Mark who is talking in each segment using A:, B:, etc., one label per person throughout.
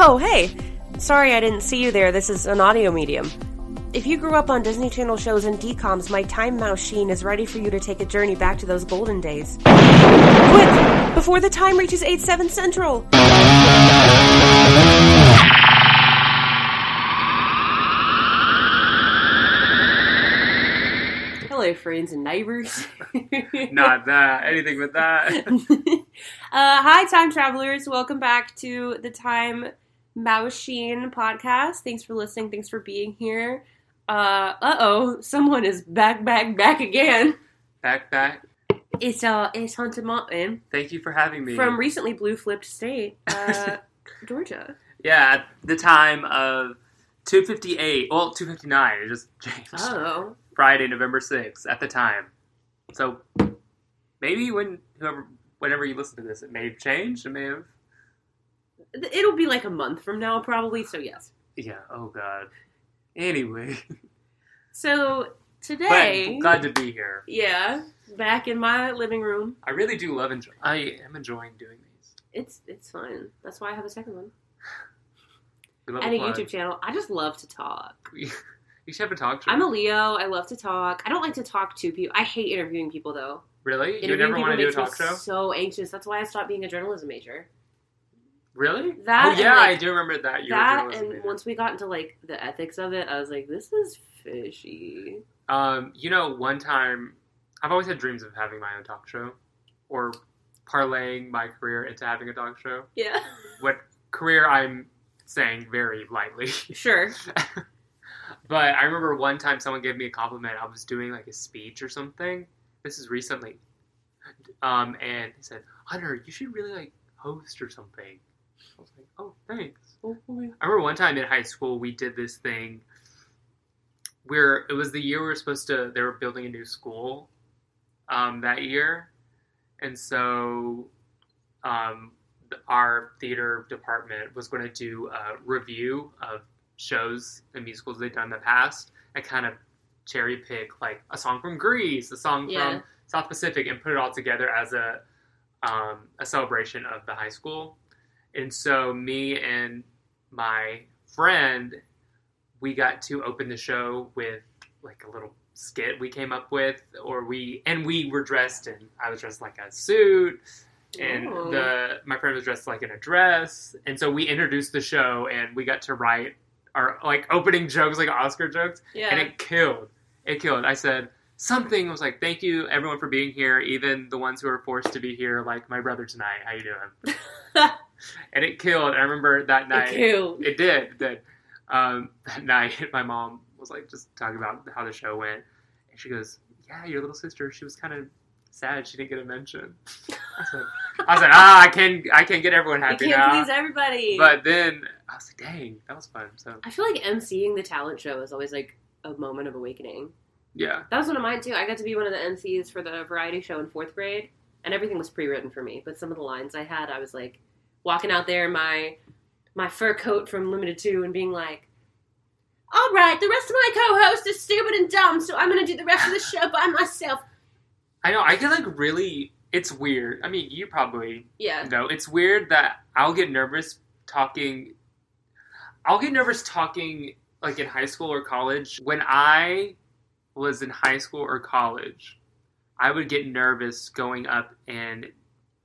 A: Oh, hey! Sorry I didn't see you there. This is an audio medium. If you grew up on Disney Channel shows and DCOMs, my time machine is ready for you to take a journey back to those golden days. Quick! Before the time reaches 8 7 Central! Hello, friends and neighbors.
B: Not that. Anything but that.
A: uh, hi, time travelers. Welcome back to the Time Machine podcast. Thanks for listening. Thanks for being here. Uh oh, someone is back, back, back again.
B: Back, back.
A: It's uh, it's Haunted Mountain
B: Thank you for having me.
A: from recently blue flipped state, uh, Georgia.
B: yeah, at the time of 258, well, 259, it just changed.
A: Oh,
B: Friday, November 6th, at the time. So maybe when whoever, whenever you listen to this, it may have changed. It may have.
A: it'll be like a month from now, probably. So yes.
B: Yeah, oh God. Anyway,
A: So
B: but
A: today,
B: I'm glad to be here.
A: yeah, back in my living room.
B: I really do love enjoy. I am enjoying doing these.
A: It's it's fun. That's why I have a second one
B: We love
A: and a
B: plug.
A: YouTube channel. I just love to talk.
B: You should have a talk to
A: I'm
B: her.
A: a Leo. I love to talk. I don't like to talk to people. I hate interviewing people though.
B: Really? You
A: Interviewing
B: never want to do a
A: people
B: talk
A: makes me
B: show?
A: So anxious. That's why I stopped being a journalism major.
B: Really?
A: That
B: oh
A: and,
B: yeah,
A: like,
B: I do remember that. You
A: that
B: were
A: and
B: journalism major.
A: once we got into like the ethics of it, I was like, this is fishy.
B: um, you know, one time I've always had dreams of having my own talk show, or parlaying my career into having a talk show.
A: Yeah.
B: What career I'm saying very lightly,
A: Sure.
B: but I remember one time someone gave me a compliment. I was doing like a speech or something. This is recently, um, and he said, "Hunter, you should really like host or something." I was like, "Oh, thanks." I remember one time in high school we did this thing where it was the year we were supposed to they were building a new school um, that year, and so um, th- our theater department was going to do a review of shows and musicals they'd done in the past and kind of cherry pick like a song from Greece, a song
A: Yeah.
B: from South Pacific, and put it all together as a um, a celebration of the high school. And so me and my friend, we got to open the show with like a little skit we came up with, or we and we were dressed in. I was dressed like a suit, and
A: Ooh.
B: the my friend was dressed like in a dress, and so we introduced the show, and we got to write our like opening jokes, like Oscar jokes,
A: Yeah.
B: and it killed. It killed. I said something. I was like, "Thank you, everyone, for being here, even the ones who are forced to be here, like my brother tonight. How you doing?" and it killed. I remember that night.
A: Ew.
B: It did. It did. Um, that night, my mom was like just talking about how the show went, and she goes, "Yeah, your little sister. She was kind of sad. She didn't get a mention." I said, I was like, "Ah, I can, I can get everyone
A: You
B: happy
A: can't
B: now."
A: please everybody.
B: Uh, But then I was like, "Dang, that was fun." So
A: I feel like emceeing the talent show is always like a moment of awakening.
B: yeah,
A: That was one of mine too. I got to be one of the MCs for the variety show in fourth grade, and everything was pre-written for me. But some of the lines I had, I was like walking out there in my my fur coat from Limited Two and being like, "All right, the rest of my co-hosts are stupid and dumb, so I'm gonna do the rest of the show by myself."
B: I know. I get like really. It's weird. I mean, you probably
A: Yeah,
B: No, it's weird that I'll get nervous talking. I'll get nervous talking like in high school or college. When I was in high school or college, I would get nervous going up and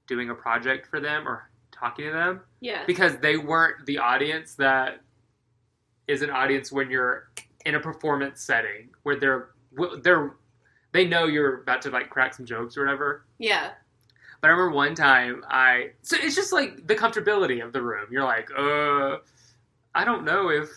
B: doing a project for them or talking to them
A: yeah,
B: because they weren't the audience that is an audience when you're in a performance setting where they're they're they know you're about to like crack some jokes or whatever
A: yeah,
B: but I remember one time I so it's just like the comfortability of the room. You're like, uh, I don't know if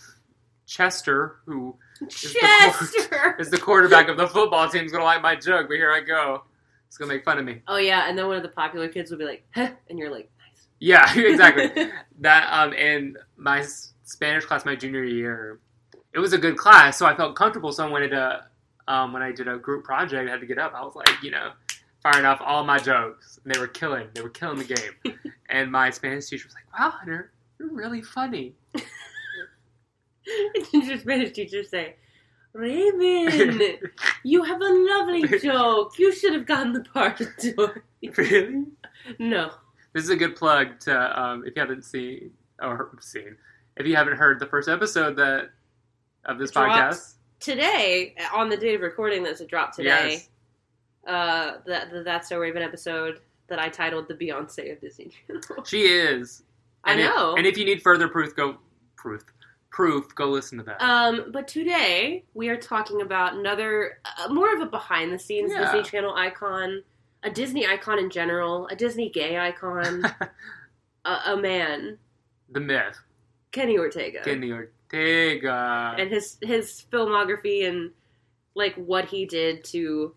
B: Chester, who
A: Chester.
B: is the quarterback of the football team, is gonna like my joke, but here I go. He's gonna make fun of me.
A: Oh yeah, and then one of the popular kids would be like, huh, and you're like, nice.
B: Yeah, exactly. that um, in my s- Spanish class, my junior year, it was a good class, so I felt comfortable. So I wanted to, um, when I did a group project, I had to get up. I was like, you know, firing off all my jokes, and they were killing. They were killing the game. and my Spanish teacher was like, "Wow, Hunter, you're really funny."
A: Did your Spanish teacher say, Raven, you have a lovely joke. You should have gotten the part of Dor-"
B: really?
A: No.
B: This is a good plug to um, if you haven't seen or seen If you haven't heard the first episode that of this
A: It
B: podcast,
A: drops Today, on the day of recording this, it dropped today.
B: yes,
A: Uh, that the That's So Raven episode that I titled "The Beyonce of Disney Channel."
B: she is.
A: I
B: And if-
A: know.
B: and if you need further proof, go proof proof. Go listen to that.
A: Um, but today we are talking about another, uh, more of a behind the scenes
B: Yeah.
A: Disney Channel icon, a Disney icon in general, a Disney gay icon, a, a man,
B: the myth,
A: Kenny Ortega,
B: Kenny Ortega.
A: uh, and his his filmography and like what he did to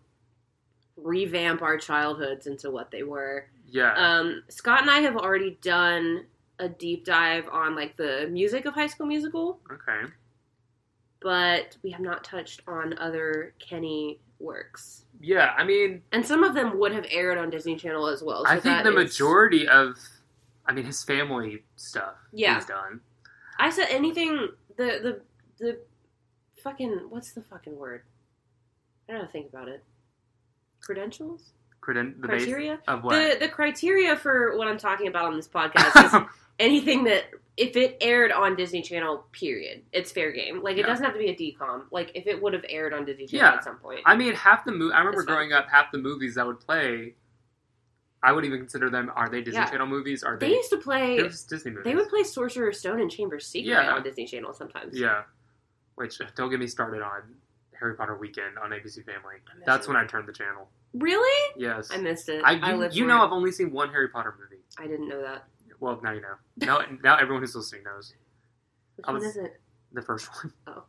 A: revamp our childhoods into what they were.
B: yeah,
A: Um, Scott and I have already done a deep dive on like the music of High School Musical.
B: okay.
A: but we have not touched on other Kenny works.
B: Yeah, I mean,
A: And some of them would have aired on Disney Channel as well. so
B: I think
A: that
B: the
A: is-
B: majority of, I mean, his family stuff.
A: Yeah.
B: he's done.
A: I said anything. The the the fucking what's the fucking word? I don't know. Think about it. Credentials,
B: Creden- the base
A: criteria.
B: of what?
A: The the criteria for what I'm talking about on this podcast is anything that if it aired on Disney Channel, period, it's fair game. Like it
B: Yeah.
A: doesn't have to be a decom. Like if it would have aired on Disney Channel
B: Yeah.
A: at some point,
B: I mean, half the movie. I remember
A: It's fine.
B: growing up, half the movies I would play, I would even consider them. Are they Disney
A: Yeah.
B: Channel movies? Are
A: they
B: they?
A: used to play
B: They're just Disney movies.
A: They would play Sorcerer's Stone and Chamber Secret
B: Yeah.
A: on Disney Channel sometimes.
B: Yeah. Which don't get me started on Harry Potter weekend on ABC Family.
A: I miss
B: That's
A: it.
B: when I turned the channel.
A: Really?
B: Yes.
A: I missed it.
B: I,
A: I,
B: you,
A: live
B: you
A: for
B: know
A: it.
B: I've only seen one Harry Potter movie.
A: I didn't know that.
B: Well, now you know. Now, now everyone who's listening knows
A: Which
B: I
A: one
B: was-
A: is it?
B: the first one.
A: Oh.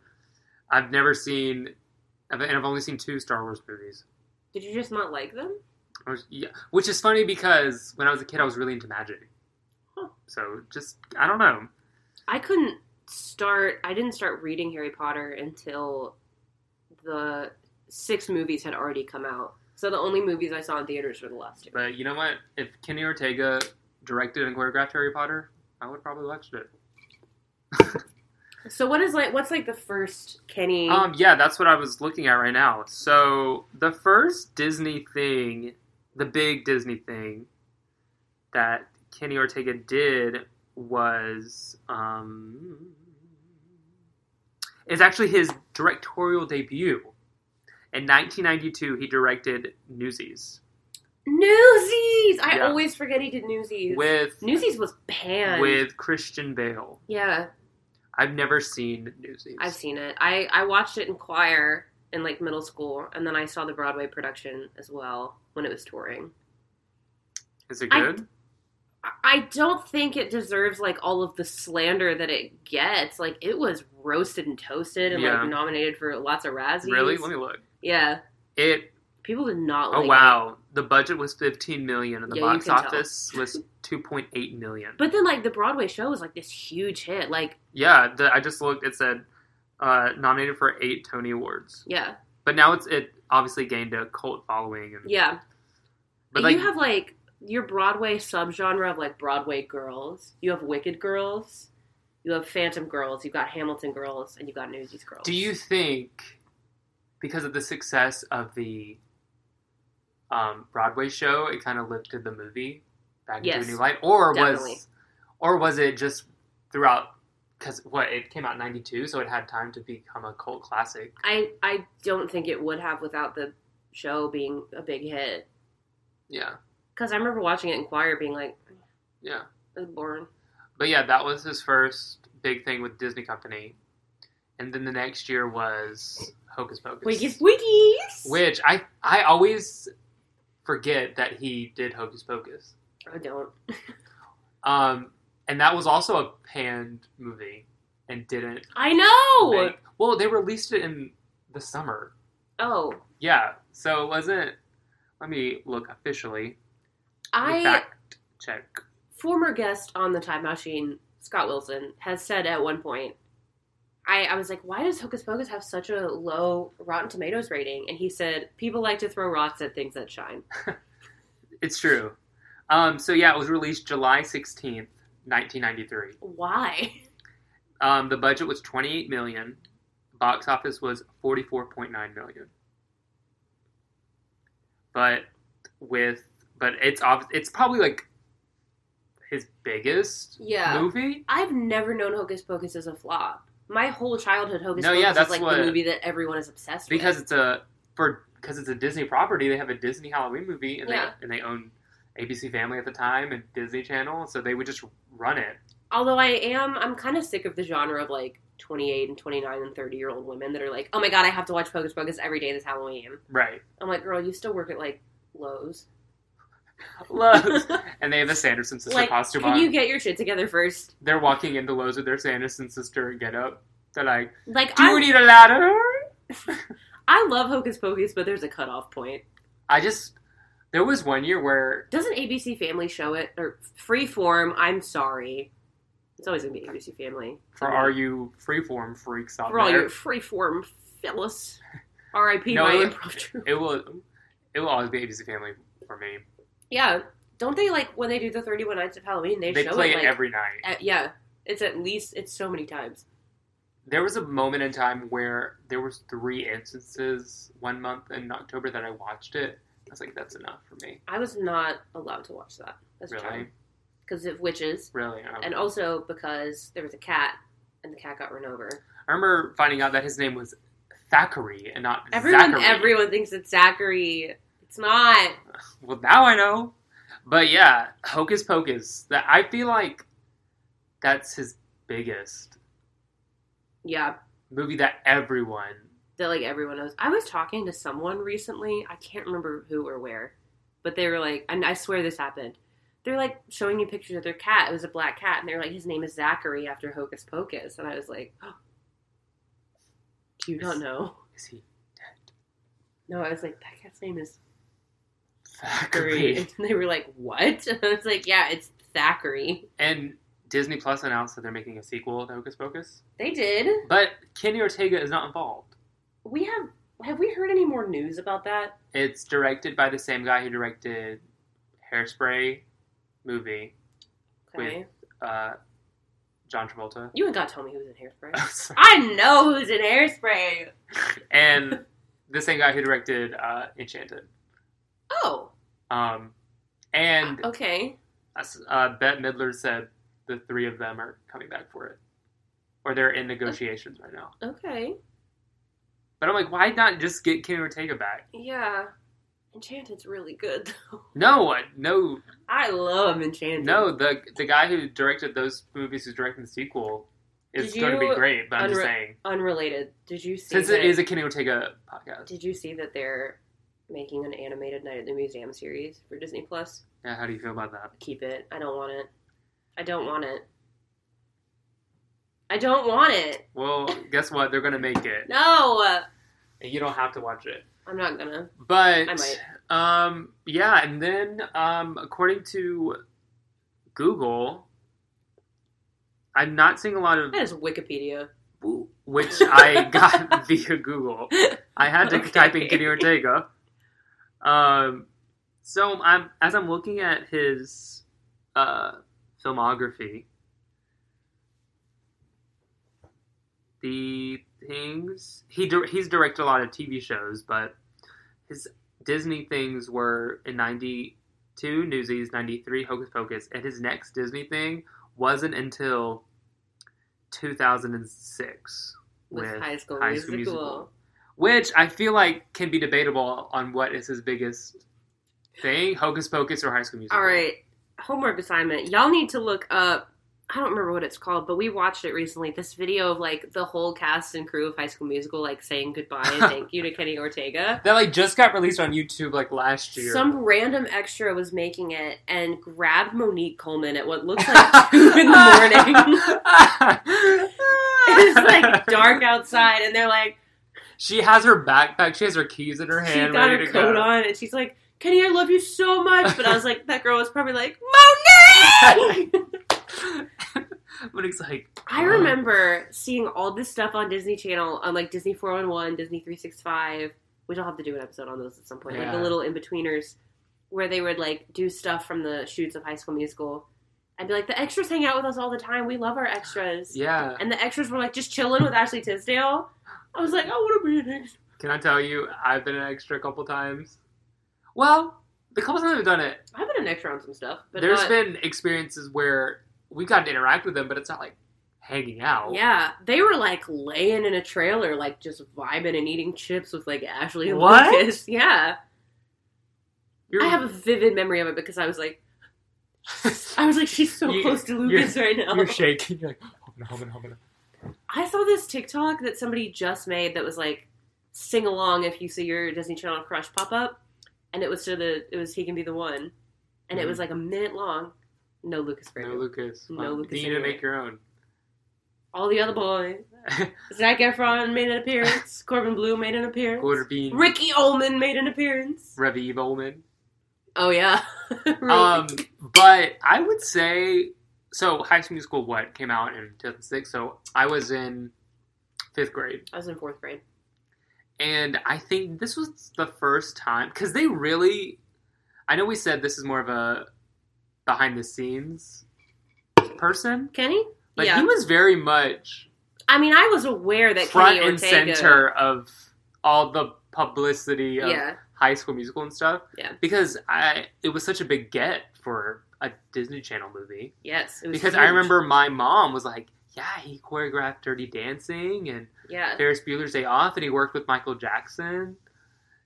B: I've never seen, I've- and I've only seen two Star Wars movies.
A: Did you just not like them?
B: I was- yeah, which is funny because when I was a kid, I was really into magic.
A: Huh.
B: So just I don't know.
A: I couldn't start. I didn't start reading Harry Potter until the six movies had already come out. So the only movies I saw in theaters were the last two.
B: But you know what? If Kenny Ortega directed and choreographed Harry Potter, I would probably watch it.
A: So what is like? What's like the first Kenny?
B: Um, yeah, that's what I was looking at right now. So the first Disney thing, the big Disney thing that Kenny Ortega did was um, is actually his directorial debut. In 1992, he directed Newsies
A: Newsies. I
B: Yeah.
A: always forget he did Newsies.
B: with
A: Newsies was banned.
B: with Christian Bale.
A: yeah.
B: I've never seen Newsies.
A: I've seen it. I, I watched it in choir in like middle school, and then I saw the Broadway production as well when it was touring.
B: Is it
A: I-
B: good?
A: I- I don't think it deserves like all of the slander that it gets. Like it was roasted and toasted and
B: Yeah.
A: like nominated for lots of Razzies.
B: really? Let me look.
A: Yeah,
B: It
A: people did not.
B: Oh
A: like it.
B: wow! The budget was 15 million, and the
A: Yeah, you
B: box
A: can tell.
B: office was 2.8 million.
A: But then like the Broadway show was like this huge hit. Like
B: yeah, the, I just looked. It said uh, nominated for eight Tony Awards,
A: yeah,
B: but now it's it obviously gained a cult following. And,
A: yeah. But
B: but like
A: you have like your Broadway subgenre of like Broadway girls. You have Wicked girls. You have Phantom girls. You've got Hamilton girls, and you've got Newsies girls.
B: Do you think, because of the success of the um, Broadway show, it kind of lifted the movie back
A: Yes.
B: into a new light, or
A: Definitely.
B: was, or was it just throughout? Because what it came out in '92, so it had time to become a cult classic.
A: I I don't think it would have without the show being a big hit.
B: Yeah,
A: Because I remember watching it in choir, being like,
B: yeah.
A: "This is boring."
B: But yeah, that was his first big thing with Disney Company, and then the next year was Hocus Pocus,
A: Wiggies, wiggies.
B: which I I always forget that he did Hocus Pocus.
A: I don't.
B: Um, and that was also a panned movie and didn't.
A: I know.
B: make- well, they released it in the summer.
A: Oh,
B: Yeah, so it wasn't. Let me look officially. Let me
A: I
B: fact check.
A: former guest on the Time Machine, Scott Wilson, has said at one point, I, I was like, why does Hocus Pocus have such a low Rotten Tomatoes rating? And he said, people like to throw rocks at things that shine.
B: It's true. Um, so yeah, it was released July sixteenth, nineteen ninety three.
A: Why?
B: Um, the budget was 28 million. Box office was 44.9 million. But with but it's obvi- it's probably like his biggest
A: Yeah.
B: movie.
A: I've never known Hocus Pocus as a flop. My whole childhood, Hocus
B: No,
A: Pocus
B: yeah,
A: is
B: that's
A: like
B: what-
A: the movie that everyone is obsessed
B: because
A: with.
B: it's a for because it's a Disney property. They have a Disney Halloween movie, and
A: Yeah.
B: they and they own ABC Family at the time and Disney Channel, so they would just run it.
A: Although I am, I'm kind of sick of the genre of like 28 and 29 and 30 year old women that are like, oh my god, I have to watch Hocus Pocus every day this Halloween.
B: Right,
A: I'm like, girl, you still work at like Lowe's.
B: Lowe's, and they have a Sanderson sister
A: like,
B: costume
A: can
B: on.
A: you get your shit together first?
B: They're walking into Lowe's with their Sanderson sister and get up. They're like,
A: Like,
B: "Do you
A: I,
B: need a ladder?"
A: I love Hocus Pocus, but there's a cutoff point.
B: I just there was one year where
A: Doesn't ABC Family show it or Freeform? I'm sorry, it's always gonna be ABC Family.
B: for are you freeform freaks out
A: for all
B: there,
A: your Freeform Phyllis? R.I.P.
B: No,
A: my
B: it-
A: improv troupe.
B: it will it will always be ABC Family for me.
A: Yeah, don't they like when they do the 31 Nights of Halloween? They,
B: They
A: show
B: play
A: it
B: it
A: like
B: every night.
A: at- yeah, it's at least it's so many times.
B: There was a moment in time where there was three instances one month in October that I watched it. I was like, that's enough for me.
A: I was not allowed to watch that as a
B: Really,
A: because of witches,
B: really. Um,
A: and also because there was a cat and the cat got run over.
B: I remember finding out that his name was Thackeray and not
A: Everyone,
B: Zachary.
A: everyone thinks it's Zachary. It's not.
B: Well, now I know. But yeah, Hocus Pocus. That I feel like that's his biggest
A: Yeah,
B: movie that everyone.
A: that like everyone knows. I was talking to someone recently. I can't remember who or where, but they were like, and I swear this happened. They're like showing me pictures of their cat. It was a black cat, and they're like, his name is Zachary after Hocus Pocus, and I was like, oh, do you not know?
B: Is he dead?
A: No, I was like, that cat's name is Zachary,
B: Thackeray.
A: and they were like, what? And I was like, yeah, it's Thackeray.
B: And Disney Plus announced that they're making a sequel to Hocus Pocus.
A: They did.
B: But Kenny Ortega is not involved.
A: We have. Have we heard any more news about that?
B: It's directed by the same guy who directed Hairspray movie,
A: Okay.
B: Wait. uh, John Travolta. Oh,
A: You ain't gotta tell me who's in hairspray. I know who's in hairspray.
B: and the same guy who directed uh, Enchanted.
A: Oh,
B: Um, and
A: okay.
B: uh, Bette Midler said the three of them are coming back for it, or they're in negotiations right now.
A: Okay.
B: But I'm like, why not just get Kenny Ortega back?
A: Yeah. Enchanted's really good, though.
B: No, no,
A: I love Enchanted.
B: no. The the guy who directed those movies who's directing the sequel is
A: Did
B: going to be
A: you
B: great. But I'm just
A: unre-
B: saying,
A: Unrelated. Did you see
B: since
A: that,
B: it is a Kenny Ortega podcast,
A: Did you see that they're making an animated Night at the Museum series for Disney Plus?
B: yeah. How do you feel about that?
A: Keep it. I don't want it. I don't want it. I don't want it.
B: Well, guess what? They're going to make it,
A: No.
B: and you don't have to watch it.
A: I'm not gonna.
B: But
A: I might.
B: um, yeah, and then um, according to Google, I'm not seeing a lot of
A: That is Wikipedia.
B: which I got via Google. I had to
A: Okay.
B: type in Kenny Ortega. Um, so I'm as I'm looking at his uh, filmography, the things he dir- he's directed a lot of TV shows, but his Disney things were in '92, Newsies, '93, Hocus Pocus, and his next Disney thing wasn't until 2006
A: With, High School
B: High
A: Musical.
B: School Musical. which I feel like can be debatable on what is his biggest thing: Hocus Pocus or High School Musical.
A: All right, homework assignment. Y'all need to look up. I don't remember what it's called, but we watched it recently. This video of like the whole cast and crew of High School Musical like saying goodbye and thank you to Kenny Ortega.
B: that like just got released on YouTube like last year.
A: Some random extra was making it and grabbed Monique Coleman at what looks like two in the morning. it's like dark outside, and they're like,
B: She has her backpack. She has her keys in her
A: she
B: hand.
A: got
B: ready
A: her
B: to
A: coat
B: go.
A: on, and she's like, Kenny, I love you so much. But I was like, that girl was probably like, Monique!
B: But it's like
A: I remember seeing all this stuff on Disney Channel, on like Disney 411, Disney 365, which I'll have to do an episode on those at some point, like
B: Yeah.
A: the little in betweeners where they would like do stuff from the shoots of High School Musical. I'd be like, the extras hang out with us all the time. We love our extras.
B: yeah.
A: And the extras were like just chilling with Ashley Tisdale. I was like, I want to be an extra.
B: Can I tell you? I've been an extra a couple times. Well, the couple times I've done it,
A: I've been an extra on some stuff, but
B: there's
A: not-
B: been experiences where we got to interact with them, but it's not like hanging out.
A: Yeah, they were like laying in a trailer, like just vibing and eating chips with like Ashley and
B: What?
A: Lucas. Yeah,
B: You're-
A: I have a vivid memory of it because I was like, I was like, she's so
B: You-
A: close to
B: you're-
A: Lucas right now.
B: You're shaking. You're like, oh, no, oh, no, oh, no.
A: I saw this TikTok that somebody just made that was like, sing along if you see your Disney Channel crush pop up, and it was to the it was he can be the one, and it was like a minute long. No Lucas
B: Mm-hmm. No
A: Graham.
B: Lucas.
A: No
B: Well,
A: Lucas
B: You need to
A: anyway.
B: make your own.
A: All the other boys. Zac Efron made an appearance. Corbin Blue made an appearance.
B: Quarter bean.
A: Ricky Ullman made an appearance.
B: Revy Bowman.
A: Oh yeah. Really?
B: Um, but I would say so. High School Musical what came out in 2006. So I was in fifth grade,
A: I was in fourth grade.
B: and I think this was the first time because they really. I know we said this is more of a behind the scenes person,
A: Kenny?
B: but
A: yeah.
B: he was very much
A: I mean, I was aware that
B: front
A: Kenny
B: and
A: Ortega.
B: center of all the publicity of
A: Yeah.
B: High School Musical and stuff.
A: Yeah.
B: Because I it was such a big get for a Disney Channel movie.
A: Yes. It was
B: Because I
A: huge.
B: remember my mom was like, "Yeah, he choreographed Dirty Dancing and
A: Yeah.
B: Ferris Bueller's Day Off, and he worked with Michael Jackson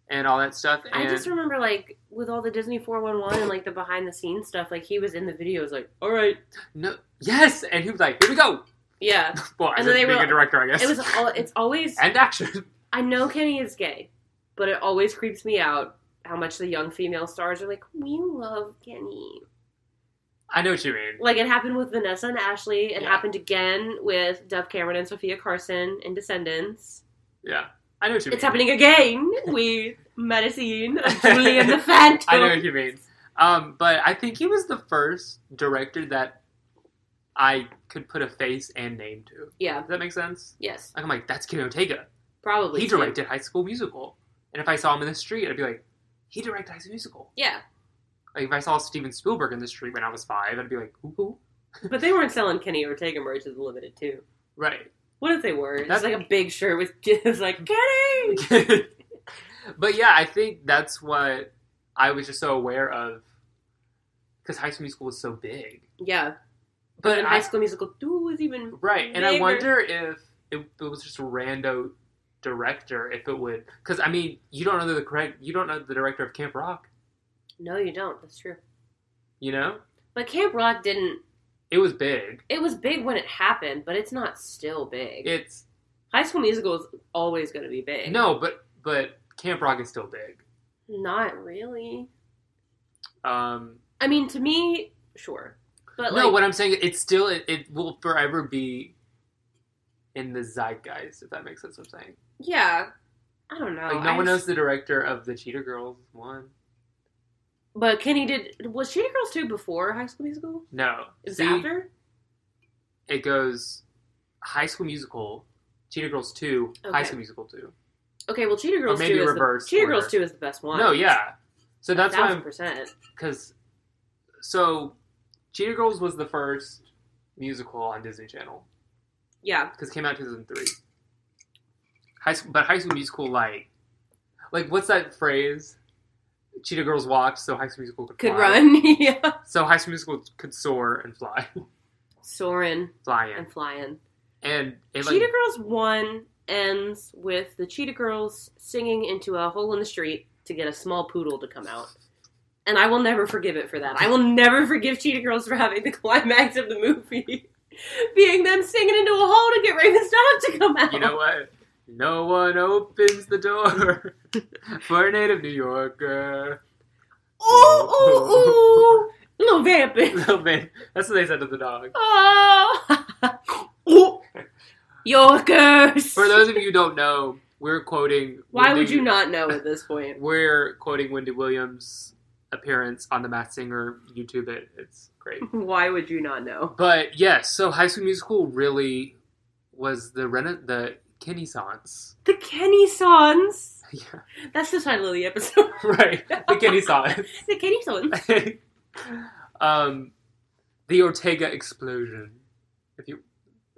B: and all that stuff." And
A: I just remember like with all the Disney 411 and like the behind the scenes stuff, like he was in the videos, like all right,
B: no, yes, and he was like, "Here we go."
A: yeah.
B: Well,
A: And
B: as
A: so they
B: being
A: were-
B: a director, I guess.
A: It was all. It's always.
B: and action.
A: I know Kenny is gay, but it always creeps me out how much the young female stars are like, we love Kenny.
B: I know what you mean.
A: Like it happened with Vanessa and Ashley. It
B: Yeah.
A: happened again with Dove Cameron and Sophia Carson in Descendants.
B: Yeah, I know what you mean.
A: It's happening again with Medicine of Julian the Phantom.
B: I know what you mean. Um, but I think he was the first director that I could put a face and name to.
A: Yeah.
B: Does that make sense?
A: Yes.
B: Like I'm like, that's Ken Ortega.
A: Probably.
B: he
A: too.
B: directed High School Musical. And if I saw him in the street, I'd be like, he directed High School Musical.
A: Yeah,
B: Like if I saw Steven Spielberg in the street when I was five, I'd be like, who? who?
A: but they weren't selling Kenny Ortega merch as limited too.
B: Right.
A: What if they were? It's
B: That's-
A: like a big shirt with it's like Kenny.
B: but yeah, I think that's what I was just so aware of because High School Musical was so big.
A: Yeah, but
B: But
A: in
B: I-
A: High School Musical two was even
B: Right, and I
A: bigger.
B: wonder if it, it was just a rando director, if it would, because I mean, you don't know the correct, you don't know the director of Camp Rock,
A: No, you don't. That's true.
B: you know?
A: But Camp Rock didn't.
B: It was big.
A: It was big when it happened, but it's not still big.
B: It's
A: High School Musical is always going to be big.
B: no, but but Camp Rock is still big.
A: not really.
B: Um,
A: I mean, to me, sure. But
B: no,
A: like,
B: what I'm saying, it's still it, it will forever be in the zeitgeist, if that makes sense. What I'm saying,
A: yeah, I don't know.
B: like no
A: Oh, I
B: one
A: just-
B: knows the director of the Cheetah Girls one.
A: But Kenny did. Was Cheetah Girls 2 before High School Musical?
B: No,
A: It was
B: See,
A: after?
B: it goes High School Musical, Cheetah Girls two, High
A: Okay.
B: School Musical two.
A: Okay, well, Cheetah Girls
B: maybe
A: 2 is
B: reverse
A: the, Cheetah
B: order.
A: Girls 2 is the best one.
B: No, yeah. So that's why
A: Thousand
B: I'm
A: percent.
B: because so Cheetah Girls was the first musical on Disney Channel
A: Yeah.
B: because it came out in 2003. High school, but High School Musical like like what's that phrase? Cheetah Girls walked so High School Musical could,
A: Could
B: fly.
A: run. yeah.
B: So High School Musical could soar and fly,
A: Soarin'
B: fly in,
A: and flying.
B: and it like
A: Cheetah Girls 1 ends with the Cheetah Girls singing into a hole in the street to get a small poodle to come out. And I will never forgive it for that. I will never forgive Cheetah Girls for having the climax of the movie being them singing into a hole to get Raven's dog to come out.
B: you know what? No one opens the door for a native New Yorker.
A: Ooh, ooh, ooh. Oh, Little vamping.
B: Little Oh, man, that's what they said to the dog.
A: Oh. Ooh. Oh. Yorkers.
B: For those of you who don't know, we're quoting.
A: Why would
B: Wendy-
A: you not know at this point?
B: We're quoting Wendy Williams' appearance on The Masked Singer. YouTube it; it's great.
A: Why would you not know?
B: But yes, so High School Musical really was the rena- the Renaissance.
A: The Kenny Sons.
B: Yeah,
A: That's the title of the episode.
B: right, the Renaissance.
A: the Kenny Sons.
B: um, the Ortega explosion. If you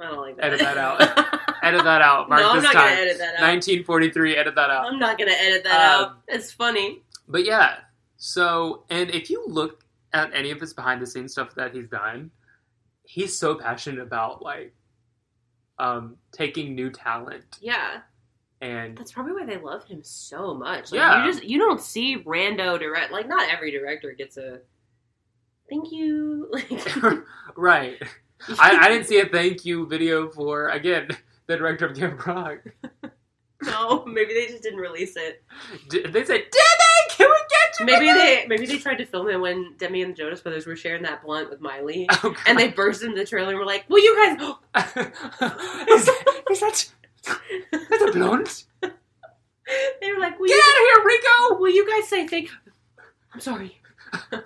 A: I don't like that.
B: Edit that out. edit that out, Mark
A: no, I'm
B: this
A: not
B: time.
A: gonna edit that out. Um,
B: 1943. Edit that out.
A: I'm not gonna edit that
B: Um,
A: out. It's funny.
B: But yeah, So, and if you look at any of his behind the scenes stuff that he's done, he's so passionate about like um, taking new talent
A: Yeah,
B: and
A: that's probably why they love him so much. Like,
B: Yeah.
A: you just you don't see rando direct. Like not every director gets a thank you. Like
B: right. I, I didn't see a thank you video for again the director of Camp Rock.
A: no, maybe they just didn't release it.
B: D- they said, "Demi, can we get you?"
A: Maybe
B: together?"
A: they maybe they tried to film it when Demi and the Jonas Brothers were sharing that blunt with Miley,
B: Oh, God.
A: and they burst into the trailer and were like, "Well, you guys,
B: is, is that that's a blunt?
A: they were like, will
B: Get
A: you,
B: out of here, Rico!
A: will you guys say thank?" I'm sorry.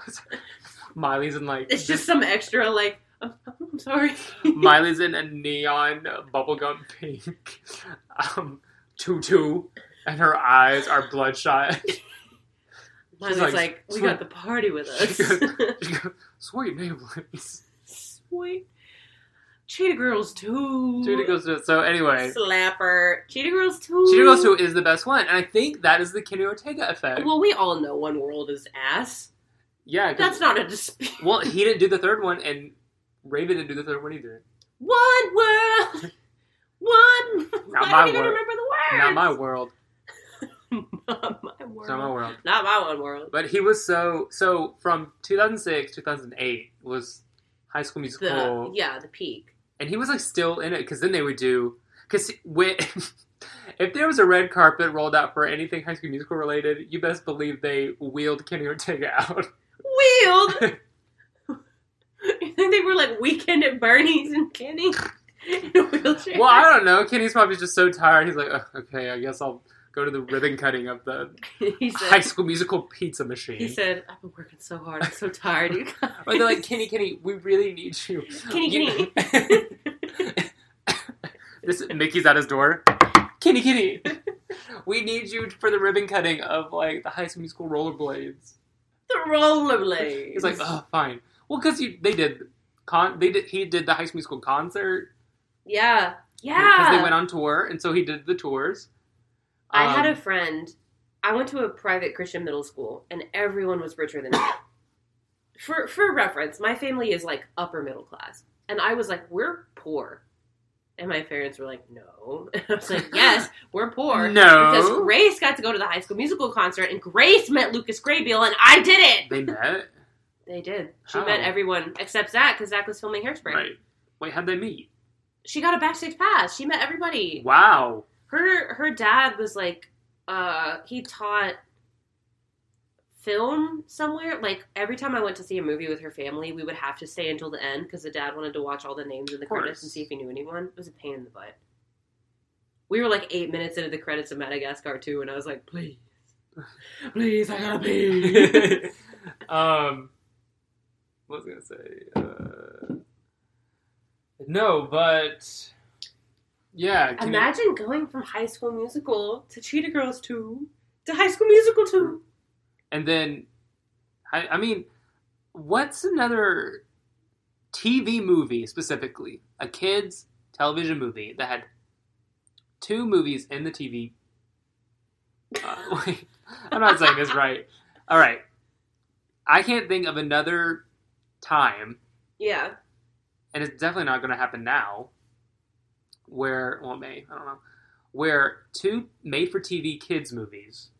B: Miley's in like
A: It's
B: this-
A: just some extra like. "I'm- I'm sorry.
B: Miley's in a neon bubblegum pink um, tutu, and her eyes are bloodshot.
A: Miley's
B: like,
A: like, we got the party with us.
B: She goes, Swear your name, please.
A: Sweet. Cheetah Girls 2.
B: Cheetah Girls Two. So anyway,
A: Slapper. Cheetah Girls 2.
B: Cheetah Girls Two is the best one, and I think that is the Kenny Ortega effect.
A: Well, we all know One World is ass.
B: yeah, 'cause-
A: That's not a dispute.
B: well, he didn't do the third one, and Raven didn't do the third one either.
A: One World. One.
B: Not
A: Why
B: my
A: don't even
B: world.
A: remember the words?
B: Not my world.
A: Not my world.
B: It's not my world.
A: Not my One World.
B: But he was so so from 2006 2008 was High
A: The,
B: School Musical,
A: Yeah, the peak.
B: and he was like still in it because then they would do because when if there was a red carpet rolled out for anything High School Musical related, you best believe they wheeled Kenny Ortega out.
A: Wheeled. you think they were like weekend at Bernie's and Kenny in a wheelchair?
B: well, I don't know. Kenny's probably just so tired. He's like, "Ugh, okay, I guess I'll go to the ribbon cutting of the
A: he said.
B: High School Musical pizza machine.
A: He said, "I've been working so hard. I'm so tired. You guys.
B: or they're like, Kenny, Kenny, we really need you.
A: Kenny, Kenny,
B: this Mickey's at his door. Kenny, Kenny, we need you for the ribbon cutting of like the High School Musical rollerblades.
A: the rollerblades."
B: He's like, oh, fine. Well, because they did con, they did he did the High School Musical concert
A: "Yeah,
B: because
A: yeah."
B: they went on tour, and so he did the tours.
A: I had
B: Um,
A: a friend. I went to a private Christian middle school, and everyone was richer than me. for for reference, my family is like upper middle class, and I was like, "We're poor," and my parents were like, "No," and I was like, "Yes, we're poor."
B: No.
A: because Grace got to go to the High School Musical concert, and Grace met Lucas Grabeel, and I did it.
B: they met
A: They did. She
B: How?
A: met everyone except Zach because Zach was filming Hairspray.
B: right. Wait, how'd they meet?
A: She got a backstage pass. She met everybody.
B: Wow.
A: Her her dad was like, uh, he taught film somewhere. Like every time I went to see a movie with her family, we would have to stay until the end because the dad wanted to watch all the names in the
B: Of course.
A: credits and see if he knew anyone. It was a pain in the butt. We were like eight minutes into the credits of Madagascar 2, and I was like, please, please, I gotta pee.
B: um, what was I gonna say? Uh, no, but yeah, can you-
A: Imagine going from High School Musical to Cheetah Girls 2 to High School Musical 2.
B: and then I, I mean, what's another TV movie specifically, a kids television movie that had two movies in the TV? Uh, wait, I'm not saying this right. All right, I can't think of another time
A: Yeah.
B: and it's definitely not going to happen now. Where well, it may I don't know. Where two made-for-TV kids movies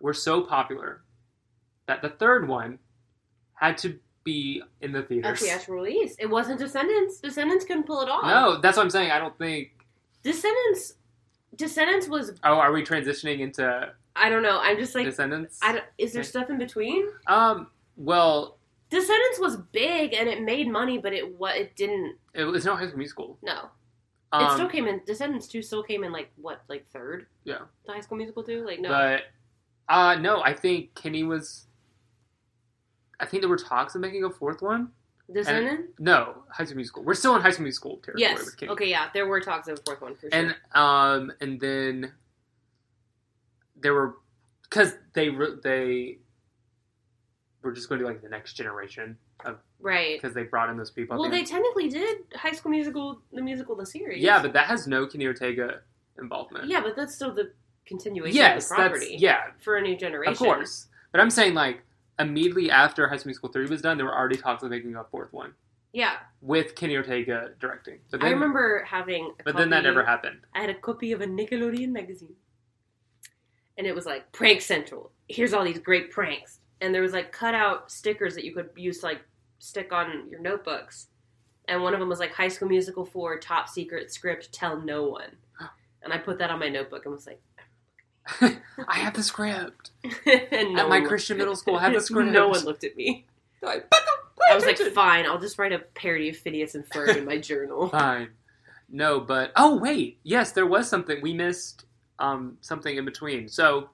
B: were so popular that the third one had to be in the
A: A
B: theaters.
A: theatrical release. It wasn't Descendants. Descendants couldn't pull it off.
B: No, that's what I'm saying. I don't think.
A: Descendants. Descendants was.
B: Oh, are we transitioning into
A: I don't know. I'm just like.
B: Descendants?
A: I don't, is there stuff in between?
B: Um. Well,
A: Descendants was big and it made money, but it what it didn't.
B: it was no High School Musical.
A: No,
B: Um,
A: it still came in. Descendants two still came in like what like third.
B: Yeah.
A: The High School Musical two like no.
B: But uh, no, I think Kenny was. I think there were talks of making a fourth one.
A: Descendants.
B: No, High School Musical. We're still in High School Musical territory.
A: Yes.
B: with Kenny.
A: Okay. Yeah. There were talks of a fourth one for sure.
B: And um, and then there were because they re- they were just going to do like the next generation
A: right.
B: because they brought in those people. I
A: Well, they
B: think.
A: technically did High School Musical, the musical, the series.
B: yeah, but that has no Kenny Ortega involvement.
A: yeah, but that's still the continuation
B: yes,
A: of the
B: that's
A: property
B: yeah,
A: for a new generation.
B: of course. But I'm saying like immediately after High School Musical three was done, there were already talks of making a fourth one
A: Yeah,
B: with Kenny Ortega directing. But
A: I
B: then,
A: remember having. A
B: but then that
A: copy-
B: never happened.
A: I had a copy of a Nickelodeon magazine, and it was like Prank Central. Here's all these great pranks, and there was like cutout stickers that you could use to, like stick on your notebooks, and one of them was like High School Musical four top secret script tell no one, and I put that on my notebook and was like,
B: I have the script
A: and no
B: at my
A: one looked-
B: Christian middle school. I have the script.
A: no one looked at me.
B: They're like,
A: I was like, fine, I'll just write a parody of Phineas and Ferb in my journal.
B: Fine. No, but oh wait, yes, there was something we missed. Um, something in between. So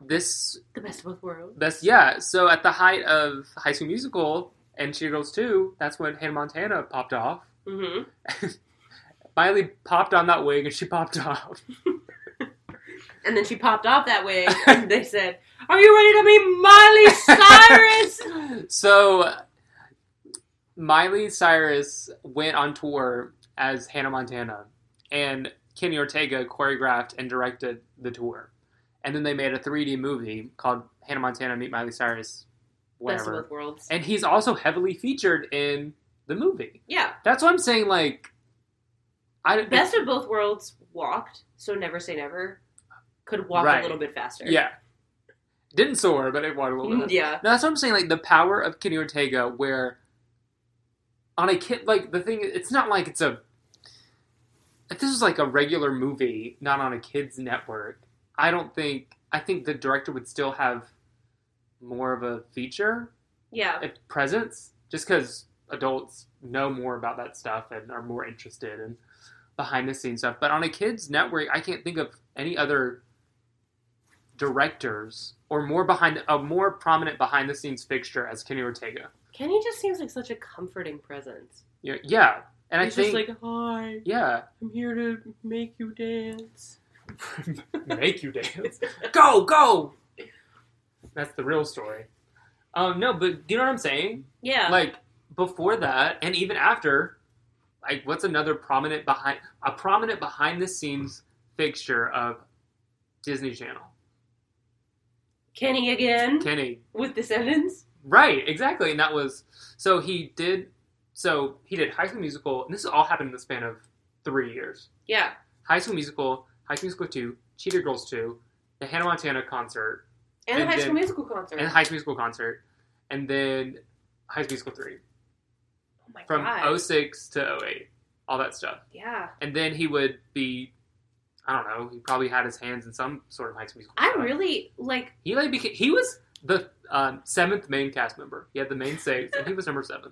B: this
A: The best of both worlds.
B: best yeah. So at the height of High School Musical and Cheergirls two, that's when Hannah Montana popped off.
A: Mm-hmm.
B: Miley popped on that wig and she popped off.
A: And then she popped off that way, and they said, Are you ready to meet Miley Cyrus?
B: So Miley Cyrus went on tour as Hannah Montana, and Kenny Ortega choreographed and directed the tour. And then they made a 3D movie called Hannah Montana Meet Miley Cyrus,
A: Best of
B: whatever.
A: both worlds.
B: And he's also heavily featured in the movie.
A: Yeah.
B: That's what I'm saying. Like, I don't-
A: Best of both worlds walked, so never say never. Could walk
B: Right.
A: a little bit faster.
B: Yeah, didn't soar, but it won a little bit.
A: Mm, Yeah.
B: No, that's what I'm saying. Like the power of Kenny Ortega, where on a kid, like the thing, it's not like it's a. If this was like a regular movie, not on a kids' network, I don't think. I think the director would still have more of a feature,
A: Yeah.
B: a presence, just because adults know more about that stuff and are more interested in behind the scenes stuff. But on a kids' network, I can't think of any other directors or more behind a more prominent behind the scenes fixture as Kenny Ortega.
A: Kenny just seems like such a comforting presence.
B: Yeah, yeah. and
A: He's
B: I think
A: just like, Hi,
B: yeah,
A: I'm here to make you dance.
B: make you dance, go go. That's the real story. Um, no, but do you know what I'm saying?
A: Yeah.
B: Like before that, and even after, like what's another prominent behind a prominent behind the scenes fixture of Disney Channel?
A: Kenny again
B: Kenny,
A: with the sentence.
B: Right, exactly. And that was so he did so he did High School Musical, and this all happened in the span of three years.
A: Yeah.
B: High School Musical, High School Musical Two, Cheetah Girls Two, the Hannah Montana concert,
A: And,
B: And
A: the High School
B: then-
A: Musical concert. Oh
B: and High School Musical concert, and then High School Musical Three
A: oh my
B: from
A: god.
B: 06 to 08, all that stuff.
A: yeah.
B: And then he would be, I don't know, he probably had his hands in some sort of High School Musical.
A: I
B: stuff.
A: really like
B: he like became, he was the um, seventh main cast member. He had the main six, and he was number seven.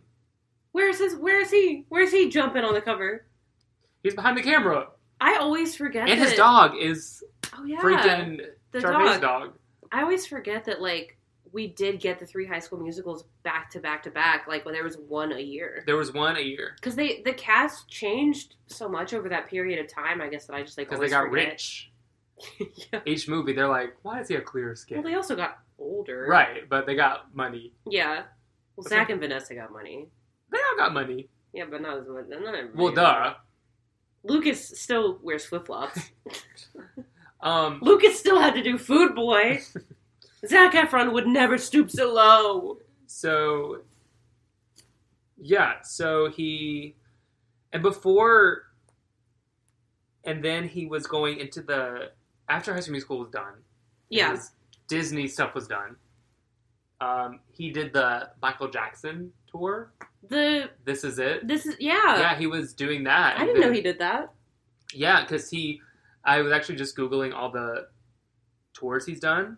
A: where's his where is he? Where's he jumping on the cover?
B: He's behind the camera.
A: I always forget
B: and
A: that,
B: his dog is
A: Oh yeah.
B: freaking
A: the
B: Charmaine's dog.
A: dog. I always forget that like we did get the three high school musicals back to back to back, like when there was one a year.
B: There was one a year
A: Because they the cast changed so much over that period of time, I guess that I just like
B: because they
A: always
B: got
A: forget.
B: rich.
A: yeah.
B: Each movie, they're like, "Why does he have clear skin?"
A: Well, they also got older.
B: right, but they got money.
A: Yeah. Well,
B: What's
A: Zach
B: that?
A: and Vanessa got money.
B: They all got money.
A: Yeah, but not as much. Not everybody
B: Well,
A: got money.
B: duh.
A: Lucas still wears flip flops.
B: Um,
A: Lucas still had to do Food Boy. Zach Efron would never stoop so low.
B: so yeah, so he and before, and then he was going into the after High School Musical was done.
A: Yeah.
B: his Disney stuff was done. Um, he did the Michael Jackson tour.
A: The
B: This is it.
A: this is yeah.
B: yeah, he was doing that.
A: I didn't know he did that.
B: Yeah, because he, I was actually just googling all the tours he's done,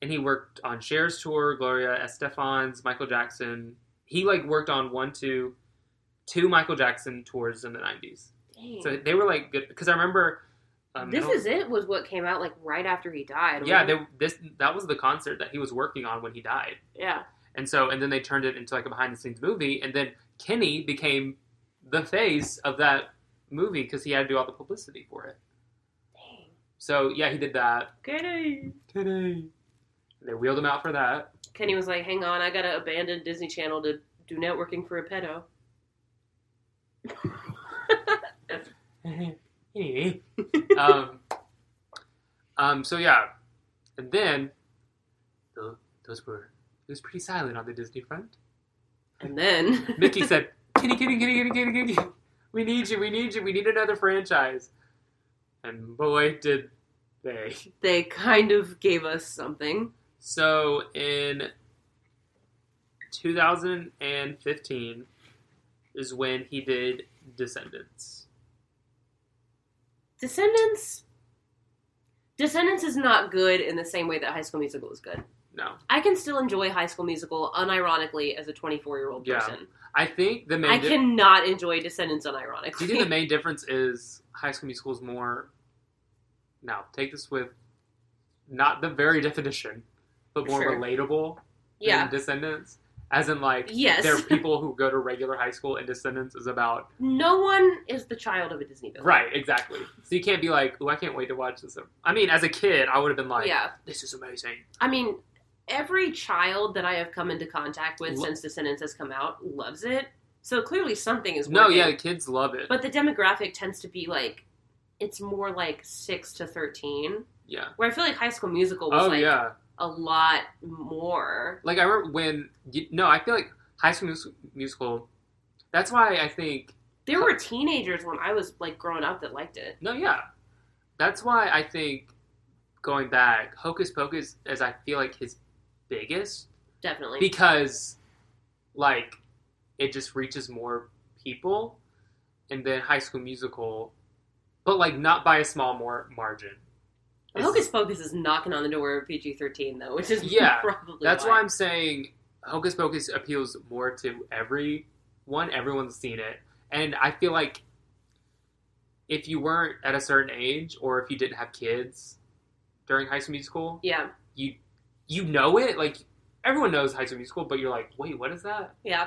B: and he worked on Cher's tour, Gloria Estefan's, Michael Jackson. He like worked on one, two, two Michael Jackson tours in the nineties.
A: Dang.
B: So they were like good because I remember. Um, I
A: this
B: don't-
A: is it was what came out like right after he died.
B: yeah. They,
A: wasn't
B: this that was the concert that he was working on when he died.
A: it? yeah.
B: And so, and then they turned it into like a behind the scenes movie. And then Kenny became the face of that movie because he had to do all the publicity for it.
A: Dang.
B: So, yeah, he did that
A: Kenny.
B: today. They wheeled him out for that.
A: Kenny was like, "Hang on, I gotta abandon Disney Channel to do networking for a pedo."
B: um, um, so, yeah. And then Those were it was pretty silent on the Disney front.
A: And then
B: Mickey said, "Kitty, kitty, kitty, kitty, kitty, kitty. We need you. We need you. We need another franchise." And boy, did they.
A: they kind of gave us something.
B: So in 2015 is when he did Descendants.
A: Descendants. Descendants is not good in the same way that High School Musical is good.
B: No,
A: I can still enjoy High School Musical unironically as a 24 year old
B: Yeah.
A: person.
B: I think the main
A: I
B: di-
A: cannot enjoy Descendants
B: Do you think the
A: unironically.
B: main difference is High School Musical is more? Now take this with not the very definition, but more
A: Sure.
B: relatable. than
A: yeah.
B: Descendants, as in like
A: Yes.
B: there are people who go to regular high school, and Descendants is about
A: No one is the child of a Disney villain.
B: right, exactly. So you can't be like, oh, I can't wait to watch this. I mean, as a kid, I would have been like,
A: yeah.
B: this is amazing.
A: I mean, every child that I have come into contact with
B: Lo-
A: since Descendants has come out loves it. So clearly something is
B: No,
A: working.
B: yeah, kids love it.
A: But the demographic tends to be like, it's more like 6 to 13.
B: yeah.
A: Where I feel like High School Musical was
B: Oh
A: like
B: yeah.
A: a lot more.
B: Like I remember when you- no, I feel like High School Mus- Musical. That's why I think
A: There were teenagers when I was like growing up that liked it.
B: No, yeah. That's why I think going back, Hocus Pocus is I feel like his biggest
A: Definitely.
B: because like it just reaches more people and then High School Musical but like not by a small more margin. It's-
A: Hocus Pocus is knocking on the door of PG 13 though, which is
B: Yeah,
A: probably
B: That's why I'm saying Hocus Pocus appeals more to everyone. Everyone's seen it. And I feel like if you weren't at a certain age or if you didn't have kids during High School Musical,
A: Yeah,
B: you you know it. Like everyone knows High School Musical, but you're like, wait, what is that?
A: yeah.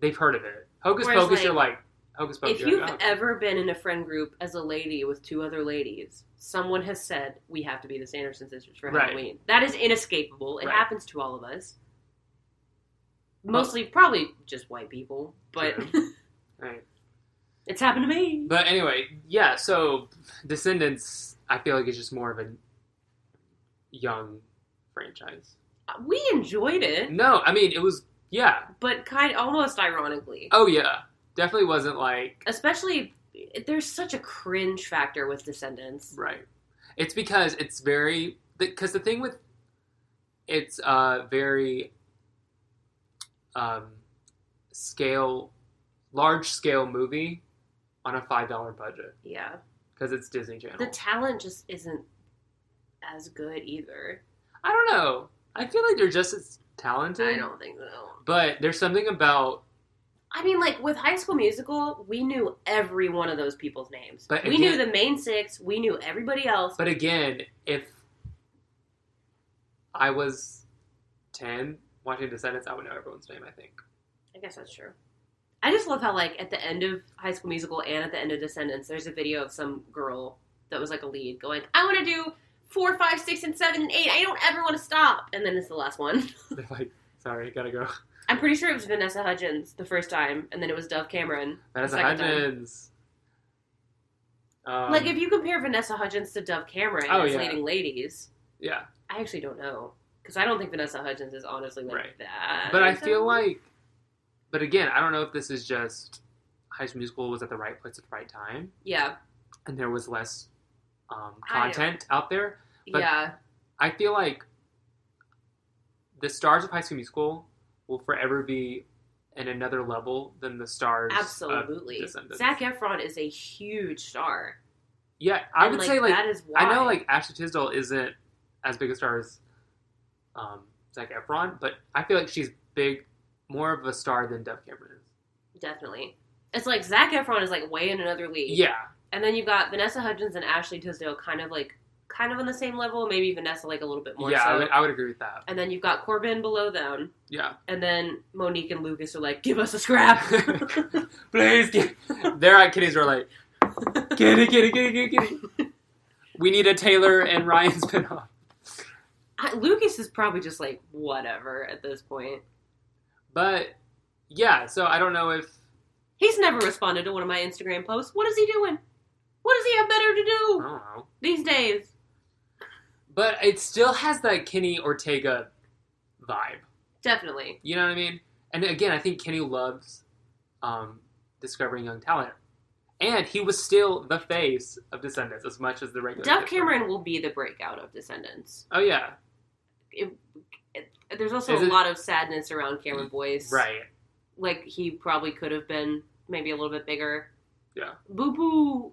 B: They've heard of it. Hocus
A: Whereas,
B: Pocus,
A: like,
B: you're like Hocus Pocus.
A: If
B: you're
A: you've
B: like, oh.
A: ever been in a friend group as a lady with two other ladies, someone has said, We have to be the Sanderson sisters for
B: Right.
A: Halloween. That is inescapable. It
B: Right.
A: happens to all of us. Mostly, probably just white people, but
B: Right.
A: it's happened to me.
B: But anyway, yeah. So Descendants, I feel like it's just more of a young franchise.
A: We enjoyed it,
B: No, I mean it was yeah.
A: but kind almost ironically.
B: Oh yeah, definitely wasn't like
A: Especially, there's such a cringe factor with Descendants.
B: right. It's because it's very because the thing with it's uh very um scale large scale movie on a five dollar budget
A: Yeah.
B: because it's Disney Channel.
A: The talent just isn't as good either.
B: I don't know. I feel like they're just as talented.
A: I don't think so.
B: But there's something about
A: I mean, like with High School Musical, we knew every one of those people's names.
B: But
A: we knew
B: again-
A: the main six. We knew everybody else.
B: but again if I was ten watching Descendants I would know everyone's name I think.
A: I guess that's true. I just love how, like, at the end of High School Musical and at the end of Descendants, there's a video of some girl that was like a lead going, "I want to do four, five, six, and seven, and eight. I don't ever want to stop." And then it's the last one.
B: They're like, sorry, gotta go.
A: I'm pretty sure it was Vanessa Hudgens the first time, and then it was Dove Cameron.
B: Vanessa
A: Second time.
B: Hudgens. Um,
A: like, if you compare Vanessa Hudgens to Dove Cameron
B: Oh,
A: as
B: yeah.
A: leading ladies,
B: yeah,
A: I actually don't know because I don't think Vanessa Hudgens is honestly like
B: Right.
A: that.
B: but I feel like, but again, I don't know if this is just High School Musical was at the right place at the right time,
A: yeah,
B: and there was less um,
A: I know.
B: content out there. But-
A: yeah,
B: I feel like the stars of High School Musical will forever be in another level than the stars. of-
A: absolutely.
B: uh, Descendants.
A: Zac Efron is a huge star.
B: yeah, I
A: And,
B: would say like
A: that is why.
B: I know like Ashley Tisdale isn't as big a star as um, Zac Efron, but I feel like she's big, more of a star than Dove Cameron is.
A: definitely. It's like Zac Efron is like way in another league.
B: Yeah,
A: and then you've got Vanessa Hudgens and Ashley Tisdale, kind of like kind of on the same level. Maybe Vanessa like a little bit more.
B: yeah,
A: so.
B: I would, I would agree with that.
A: and then you've got Corbin below them,
B: Yeah,
A: and then Monique and Lucas are like, "Give us a scrap."
B: please, get, there at kitties are like, kitty, kitty, kitty, kitty, kitty. We need a Taylor and Ryan spinoff.
A: I, Lucas is probably just like whatever at this point.
B: But yeah, so I don't know if
A: He's never responded to one of my Instagram posts. What is he doing? What does he have better to
B: I
A: do
B: don't know,
A: these days?
B: but it still has that Kenny Ortega vibe.
A: Definitely.
B: You know what I mean? And again, I think Kenny loves um, discovering young talent. And he was still the face of Descendants as much as the regular.
A: Dove
B: Descendants.
A: Cameron will be the breakout of Descendants.
B: Oh yeah,
A: It, it, there's also
B: Is
A: a
B: it-
A: lot of sadness around Cameron Boyce.
B: right.
A: Like, he probably could have been maybe a little bit bigger.
B: Yeah.
A: Boo Boo.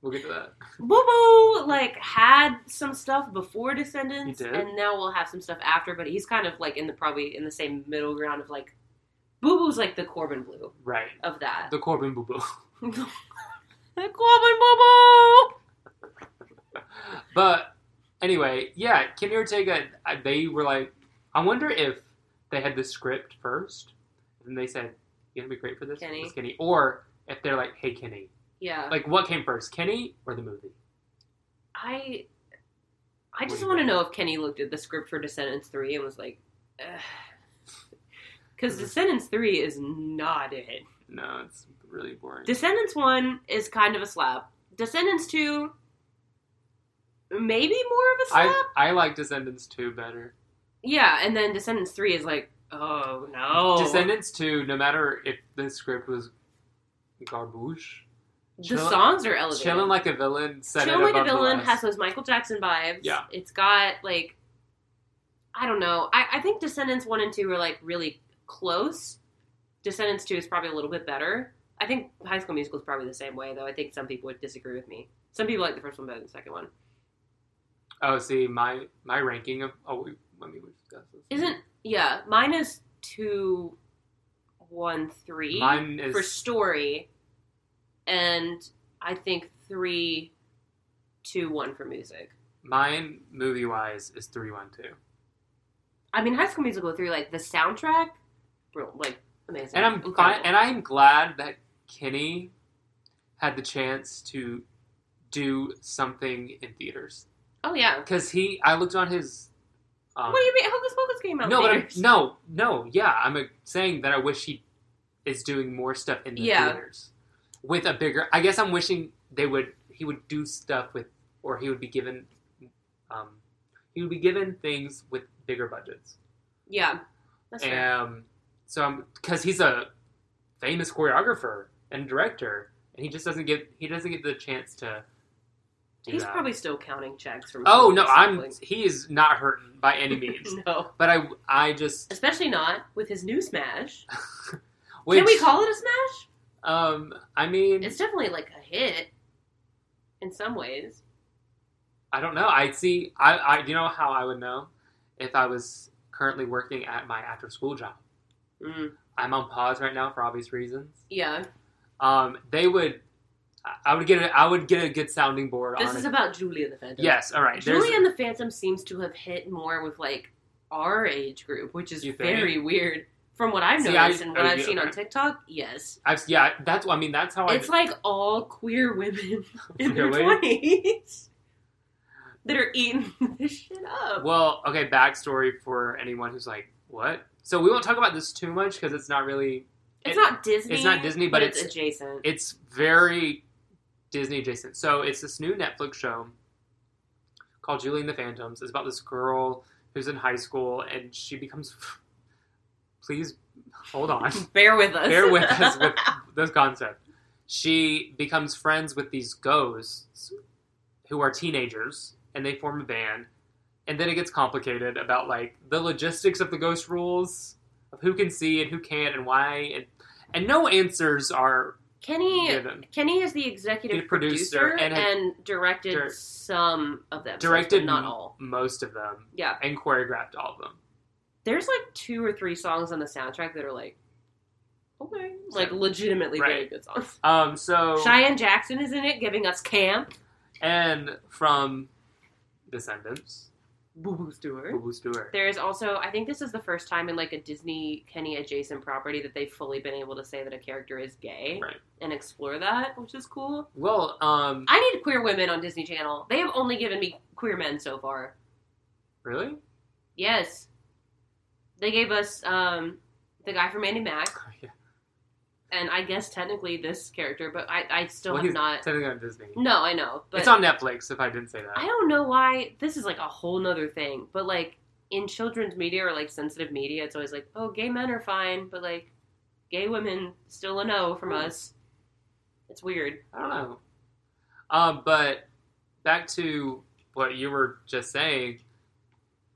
B: We'll get to that.
A: Boo Boo, like, had some stuff before Descendants.
B: He did?
A: And now we'll have some stuff after, but he's kind of, like, in the probably in the same middle ground of, like, Boo Boo's like the Corbin Blue
B: Right.
A: of that.
B: The Corbin Boo Boo.
A: The Corbin Boo Boo!
B: But anyway, yeah, Kenny Ortega. I- They were like, I wonder if they had the script first, and they said, "You're gonna be great for this,
A: Kenny.
B: Miss Kenny," or if they're like, "Hey, Kenny."
A: Yeah.
B: Like, what came first, Kenny or the movie?
A: I I
B: What do
A: just
B: you
A: want to
B: think?
A: know if Kenny looked at the script for Descendants 3 and was like, because
B: Mhm.
A: Descendants 3 is not it.
B: No, it's really boring.
A: Descendants 1 is kind of a slap. Descendants 2, maybe more of a slap?
B: I I like Descendants two better.
A: Yeah, and then Descendants 3 is like, oh no.
B: Descendants two, no matter if the script was garbage,
A: the
B: Chill-
A: songs are elevated.
B: chilling like a villain. Set
A: Chillin'
B: it
A: Like a
B: above the
A: Villain
B: rest.
A: has those Michael Jackson vibes.
B: Yeah.
A: It's got like I don't know. I, I think Descendants one and two are like really close. Descendants two is probably a little bit better. I think High School Musical is probably the same way, though. I think some people would disagree with me. Some people like the first one better than the second one.
B: Oh, see, my my ranking of oh, we, let me discuss this.
A: Isn't yeah? Mine is two, one, three
B: mine is
A: for story, and I think three, two, one for music.
B: mine movie wise is three one two,
A: I mean, High School Musical three, like the soundtrack, bro, like um, amazing.
B: and I'm fine,
A: Incredible.
B: and I'm glad that Kenny had the chance to do something in theaters
A: oh yeah.
B: because he I looked on his. Um,
A: What do you mean? Hocus Pocus came out.
B: no, but I'm,
A: later.
B: no, no, yeah, I'm uh, saying that I wish he is doing more stuff in the
A: Yeah.
B: theaters with a bigger. I guess I'm wishing they would he would do stuff with, or he would be given, um, he would be given things with bigger budgets.
A: yeah, that's fair.
B: Um, so I'm because he's a famous choreographer and director, and he just doesn't get he doesn't get the chance to. do
A: He's
B: that.
A: probably still counting checks from.
B: uh, Oh
A: Hocus
B: no, I'm.
A: Pocus.
B: He is not hurting by any means.
A: no,
B: but I, I just.
A: especially not with his new smash.
B: Which,
A: Can we call it a smash?
B: Um, I mean,
A: It's definitely like a hit in some ways.
B: I don't know. I see. I, I, you know how I would know if I was currently working at my after school job.
A: Mm,
B: I'm on pause right now for obvious reasons.
A: yeah,
B: Um, they would. I- I would get a. I would get a good sounding board.
A: this
B: on
A: is
B: it.
A: about Julie and the Phantom.
B: Yes. All right. there's-
A: Julie and the Phantom seems to have hit more with like our age group, which is
B: You think?
A: very weird. From what I've
B: See,
A: noticed
B: I-
A: and what
B: oh,
A: I've
B: yeah,
A: seen on
B: okay.
A: TikTok, yes,
B: I've yeah. That's what I mean. That's how
A: it's
B: Oh, I.
A: like all queer women in their
B: Really?
A: twenties that are eating this shit up.
B: well, okay. Backstory for anyone who's like, what? So we won't talk about this too much because it's not really.
A: it's
B: it-
A: not Disney.
B: it's not Disney, but it's-
A: adjacent.
B: It's very Disney adjacent. So it's this new Netflix show called Julie and the Phantoms. It's about this girl who's in high school and she becomes. Please hold on.
A: Bear with us.
B: Bear with us with this concept. She becomes friends with these ghosts who are teenagers and they form a band. And then it gets complicated about like the logistics of the ghost rules of who can see and who can't and why and and no answers are
A: Kenny.
B: given.
A: Kenny is the executive
B: The
A: producer,
B: producer
A: and,
B: and had-
A: directed
B: dir-
A: some of them.
B: Directed
A: not
B: m-
A: all.
B: Most of them
A: Yeah,
B: and choreographed all of them.
A: there's like two or three songs on the soundtrack that are like okay like legitimately very
B: Right.
A: good songs
B: Um so
A: cheyenne jackson is in it giving us camp
B: and from Descendants,
A: boo boo stewart
B: Boo Stewart.
A: there is also i think this is the first time in like a disney kenny adjacent property that they've fully been able to say that a character is gay
B: Right.
A: and explore that which is cool
B: Well, um
A: i need queer women on disney channel they have only given me queer men so far
B: really?
A: yes they gave us um the guy from Andy Mac,
B: yeah.
A: and I guess technically this character, but I, I still
B: Well,
A: have
B: he's
A: not.
B: technically on Disney.
A: No, I know, but
B: it's on Netflix. If I didn't say that,
A: I don't know why this is like a whole nother thing, but like in children's media or like sensitive media, it's always like, oh, gay men are fine, but like gay women still a no from
B: Hmm.
A: us. It's weird.
B: I don't know. Um, but back to what you were just saying,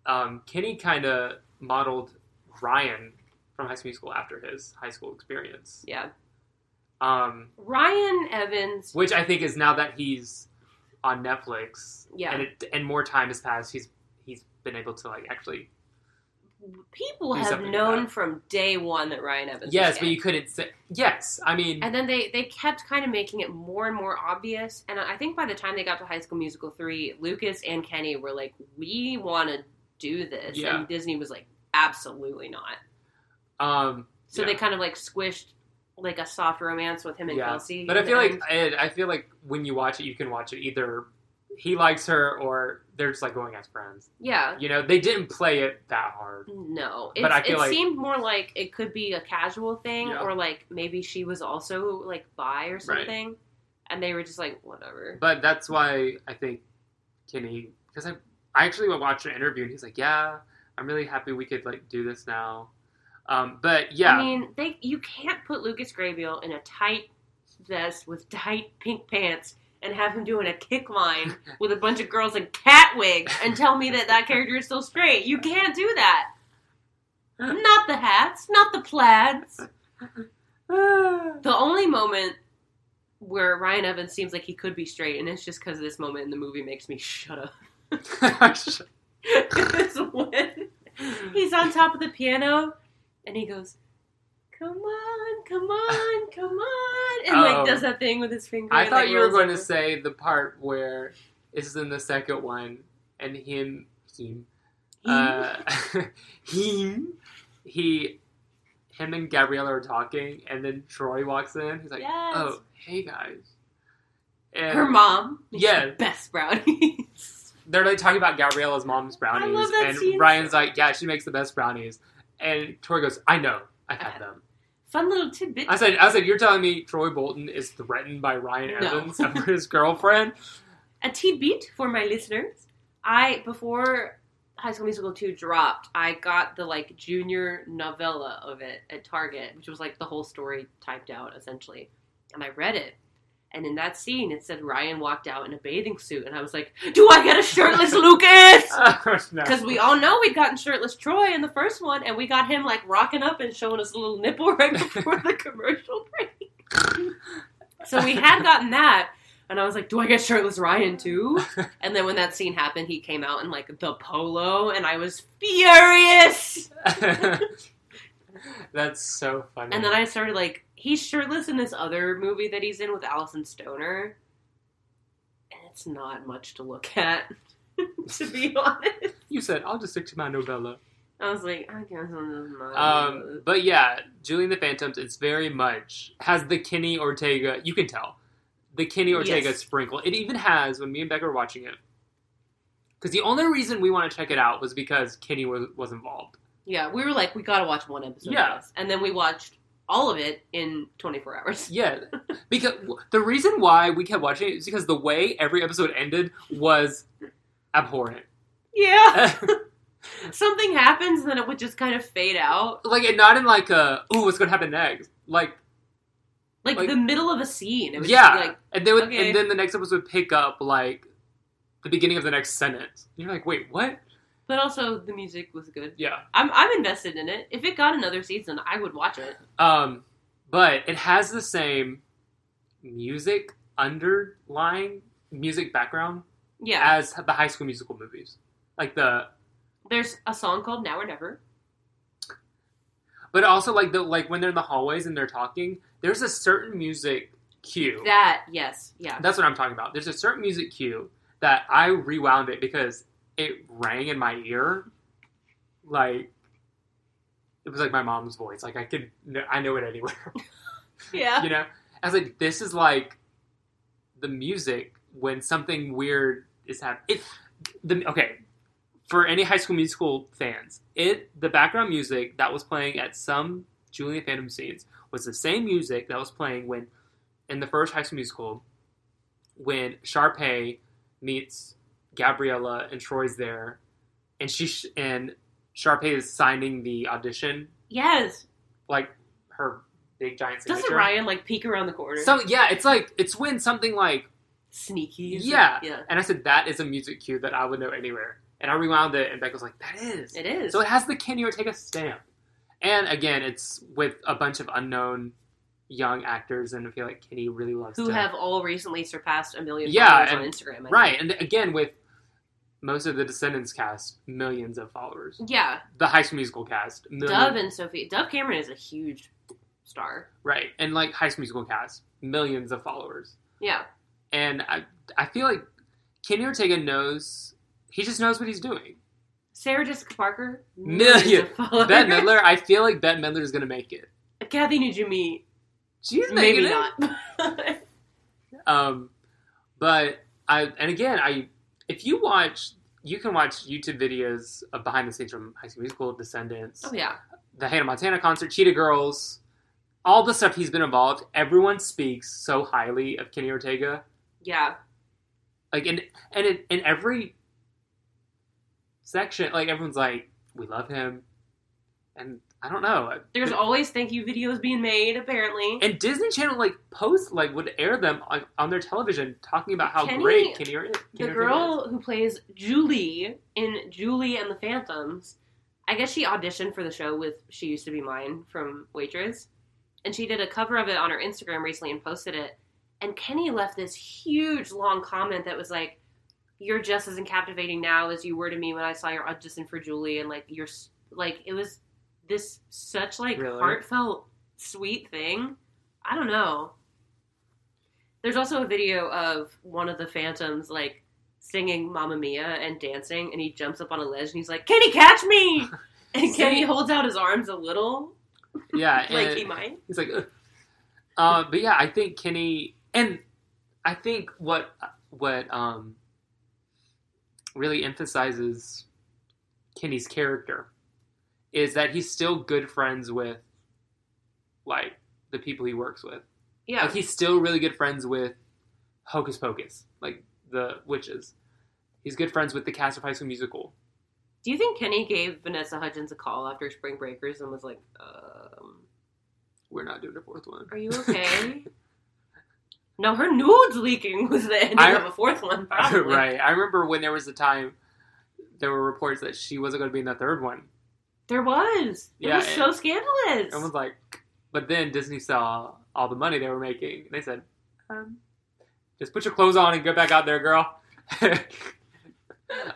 B: um, Kenny kind of modeled Ryan from High School Musical after his high school experience,
A: Yeah.
B: um,
A: Ryan Evans.
B: which I think is now that he's on Netflix,
A: Yeah.
B: and it, and more time has passed, he's he's been able to like actually
A: People
B: Do
A: have
B: something
A: known
B: about it.
A: from day one that Ryan Evans. was
B: yes,
A: gay.
B: but you couldn't say yes. I mean,
A: And then they, they kept kind of making it more and more obvious. And I think by the time they got to High School Musical 3, Lucas and Kenny were like, we want to do this.
B: Yeah.
A: And Disney was like, absolutely not.
B: um,
A: So
B: yeah.
A: they kind of like squished like a soft romance with him and
B: Yeah.
A: Kelsey.
B: But
A: in
B: I
A: the
B: feel like
A: end.
B: I, I feel like when you watch it, you can watch it either he likes her or they're just like going as friends.
A: Yeah.
B: You know, they didn't play it that hard.
A: No.
B: But
A: It's,
B: I feel
A: it
B: like-
A: seemed more like it could be a casual thing
B: Yeah.
A: or like maybe she was also like bi or something. And they were just like, whatever.
B: But that's why I think Kenny, because I, I actually watched an interview and he's like, yeah, I'm really happy we could like do this now. Um, but yeah,
A: I mean, they you can't put Lucas Grabeel in a tight vest with tight pink pants and have him doing a kick line with a bunch of girls in cat wigs and tell me that that character is still straight. You can't do that. Not the hats, not the plaids. The only moment where Ryan Evans seems like he could be straight, and it's just because this moment in the movie makes me shut up. is when he's on top of the piano and he goes, "Come on, come on, come on," and
B: Oh.
A: like does that thing with his finger.
B: I
A: and,
B: thought
A: like,
B: you were
A: rolls
B: going to
A: over.
B: say the part where is in the second one and him, him, uh, him, he, him and Gabriella are talking, and then Troy walks in. He's like,
A: Yes.
B: "Oh, hey guys." And
A: her mom. makes
B: Yeah.
A: the best brownies.
B: they're like talking about Gabriella's mom's brownies,
A: love that
B: and
A: scene.
B: Ryan's like, "Yeah, she makes the best brownies." And Troy goes, "I know, I've had them."
A: Fun little tidbit.
B: I said, "I said, you're telling me Troy Bolton is threatened by Ryan
A: No.
B: Evans for his girlfriend?"
A: a tidbit for my listeners. I before High School Musical two dropped, I got the like junior novella of it at Target, which was like the whole story typed out essentially, and I read it. And in that scene, it said Ryan walked out in a bathing suit, and I was like, "Do I get a shirtless Lucas?"
B: Oh, no.
A: Because we all know we'd gotten shirtless Troy in the first one, and we got him like rocking up and showing us a little nipple right before the commercial break. so we had gotten that, and I was like, "Do I get shirtless Ryan too?" And then when that scene happened, he came out in like the polo, and I was furious.
B: That's so funny.
A: And then I started like, he's shirtless in this other movie that he's in with Allison Stoner, and it's not much to look at, to be honest.
B: you said, "I'll just stick to my novella."
A: I was like, I guess I'm not.
B: Um, but yeah, Julian the Phantoms, it's very much has the Kenny Ortega. You can tell the Kenny Ortega
A: Yes.
B: sprinkle. It even has when me and Becca were watching it. Because the only reason we want to check it out was because Kenny was, was involved.
A: Yeah, we were like, we gotta watch one episode.
B: Yeah.
A: of this. and then we watched all of it in 24 hours.
B: Yeah, because the reason why we kept watching it is because the way every episode ended was abhorrent.
A: Yeah, something happens, and then it would just kind of fade out,
B: like, and not in like a ooh, what's gonna happen next? Like,
A: like,
B: Like-
A: the middle of a scene. It would
B: yeah,
A: just be like,
B: and then would,
A: okay.
B: and then the next episode would pick up like the beginning of the next sentence. You're like, wait, what?
A: but also the music was good.
B: Yeah.
A: I'm I'm invested in it. If it got another season, I would watch it.
B: Um, but it has the same music underlying music background
A: Yeah,
B: as the High School Musical movies. Like the,
A: there's a song called Now or Never.
B: but also like the like when they're in the hallways and they're talking, there's a certain music cue.
A: That yes, yeah,
B: That's what I'm talking about. There's a certain music cue that I rewound it because it rang in my ear, like it was like my mom's voice. Like I could, kn- I know it anywhere.
A: yeah.
B: you know, I was like, this is like the music when something weird is happening. The okay for any High School Musical fans, it the background music that was playing at some Julian Phantom scenes was the same music that was playing when in the first High School Musical when Sharpay meets Gabriella and Troy's there, and she sh- and Sharpay is signing the audition,
A: Yes.
B: like her big giant signature.
A: Doesn't Ryan like peek around the corner?
B: So yeah, it's like it's when something like
A: sneaky.
B: Yeah.
A: Yeah.
B: and I said that is a music cue that I would know anywhere. And I rewound it, and Beck was like, "That is."
A: It is.
B: So it has the Kenny Ortega stamp. And again, it's with a bunch of unknown young actors, and I feel like Kenny really loves
A: who
B: to-
A: have all recently surpassed a million
B: Yeah,
A: followers on
B: and-
A: Instagram. I think.
B: right. And again, with most of the Descendants cast, millions of followers.
A: Yeah.
B: The High School Musical cast, millions.
A: Dove and Sophie. Dove Cameron is a huge star.
B: right, and like High School Musical cast, millions of followers.
A: Yeah.
B: And I, I feel like Kenny Ortega knows. He just knows what he's doing.
A: Sarah Jessica Parker.
B: Million.
A: millions of followers.
B: Bette Midler, I feel like Bette Midler is gonna make it.
A: Kathy Nujumi.
B: She's making
A: Maybe
B: it.
A: not.
B: Um, but I and again I if you watch you can watch YouTube videos of behind the scenes from High School Musical, Descendants,
A: oh yeah.
B: the Hannah Montana concert, Cheetah Girls, all the stuff he's been involved. Everyone speaks so highly of Kenny Ortega,
A: Yeah.
B: like and and in, in every section, like everyone's like we love him, and I don't know.
A: There's always thank you videos being made. Apparently.
B: and Disney Channel like post like would air them on, on their television talking about how
A: Kenny-
B: great Kenny, Or- Kenny
A: the
B: Ortega is.
A: girl who plays Julie in Julie and the Phantoms, I guess she auditioned for the show with She Used to Be Mine from Waitress. And she did a cover of it on her Instagram recently and posted it. And Kenny left this huge long comment that was like, You're just as captivating now as you were to me when I saw your audition for Julie. And like, you're s- like, it was this such like
B: Really?
A: heartfelt, sweet thing. I don't know. There's also a video of one of the phantoms like singing Mamma Mia and dancing, and he jumps up on a ledge and he's like, "Kenny, catch me!" And
B: See?
A: Kenny holds out his arms a little,
B: Yeah,
A: like
B: and
A: he might.
B: he's like, "Ugh." uh, but yeah, I think Kenny, and I think what what um really emphasizes Kenny's character is that he's still good friends with like the people he works with.
A: Yeah,
B: Like he's still really good friends with Hocus Pocus, like the witches. He's good friends with the cast of High School Musical.
A: Do you think Kenny gave Vanessa Hudgens a call after Spring Breakers and was like, um,
B: We're not doing a fourth one.
A: "Are you okay?" no, her nudes leaking was the ending
B: I-
A: of a fourth one, probably.
B: right. I remember when there was a time there were reports that she wasn't going to be in the third one.
A: There was. It
B: Yeah,
A: was
B: it-
A: so scandalous.
B: Everyone's like, but then Disney saw all the money they were making. They said, um, just put your clothes on and go back out there, girl.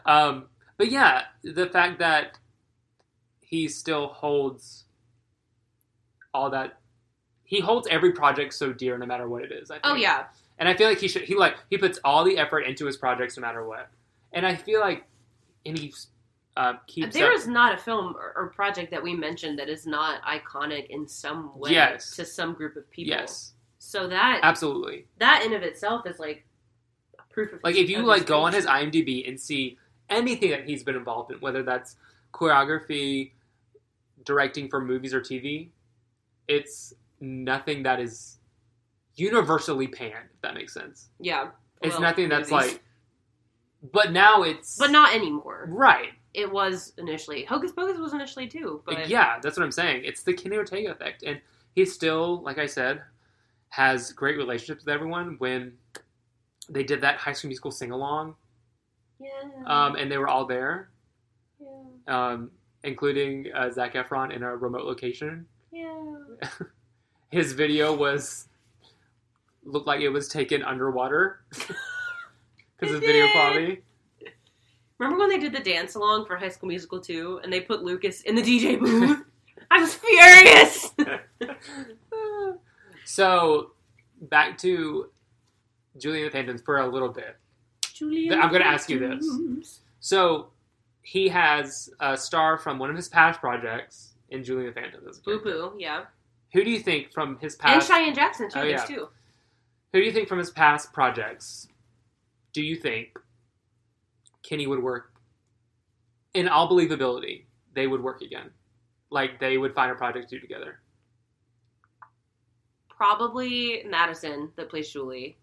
B: um, but yeah, the fact that he still holds all that. He holds every project so dear, no matter what it is. I think.
A: oh yeah,
B: And I feel like he should. He like he puts all the effort into his projects, no matter what. And I feel like, and he uh, keeps.
A: There
B: up-
A: is not a film or, or project that we mentioned that is not iconic in some way
B: Yes.
A: to some group of people.
B: yes,
A: So that
B: absolutely.
A: that in of itself is like a proof of
B: Like
A: his-
B: if you
A: of
B: like go on his
A: patience.
B: IMDb and see anything that he's been involved in, whether that's choreography, directing for movies or TV, it's nothing that is universally panned. If that makes sense,
A: yeah,
B: it's
A: well,
B: nothing that's
A: movies.
B: like. But now it's
A: but not anymore.
B: right.
A: It was initially Hocus Pocus was initially too, but
B: yeah, that's what I'm saying. It's the Kenny Ortega effect, and he still, like I said, has great relationships with everyone. When they did that High School Musical sing along,
A: yeah,
B: um, and they were all there,
A: yeah,
B: um, including uh, Zach Efron in a remote location.
A: yeah.
B: His video was looked like it was taken underwater because of
A: It
B: video
A: did.
B: quality.
A: Remember when they did the dance along for High School Musical 2 and they put Lucas in the DJ booth? I was furious.
B: So back to Julian the Phantoms for a little bit.
A: Julia,
B: I'm gonna ask you this.
A: Andrews.
B: So he has a star from one of his past projects in Julian the Phantom. as a
A: Boo
B: character.
A: boo, yeah.
B: Who do you think from his
A: And
B: past?
A: Cheyenne Jackson too.
B: Oh,
A: There's
B: yeah.
A: two.
B: Who do you think from his past projects? Do you think Kenny would work in all believability? They would work again, like they would find a project to do together.
A: Probably Madison that plays Julie.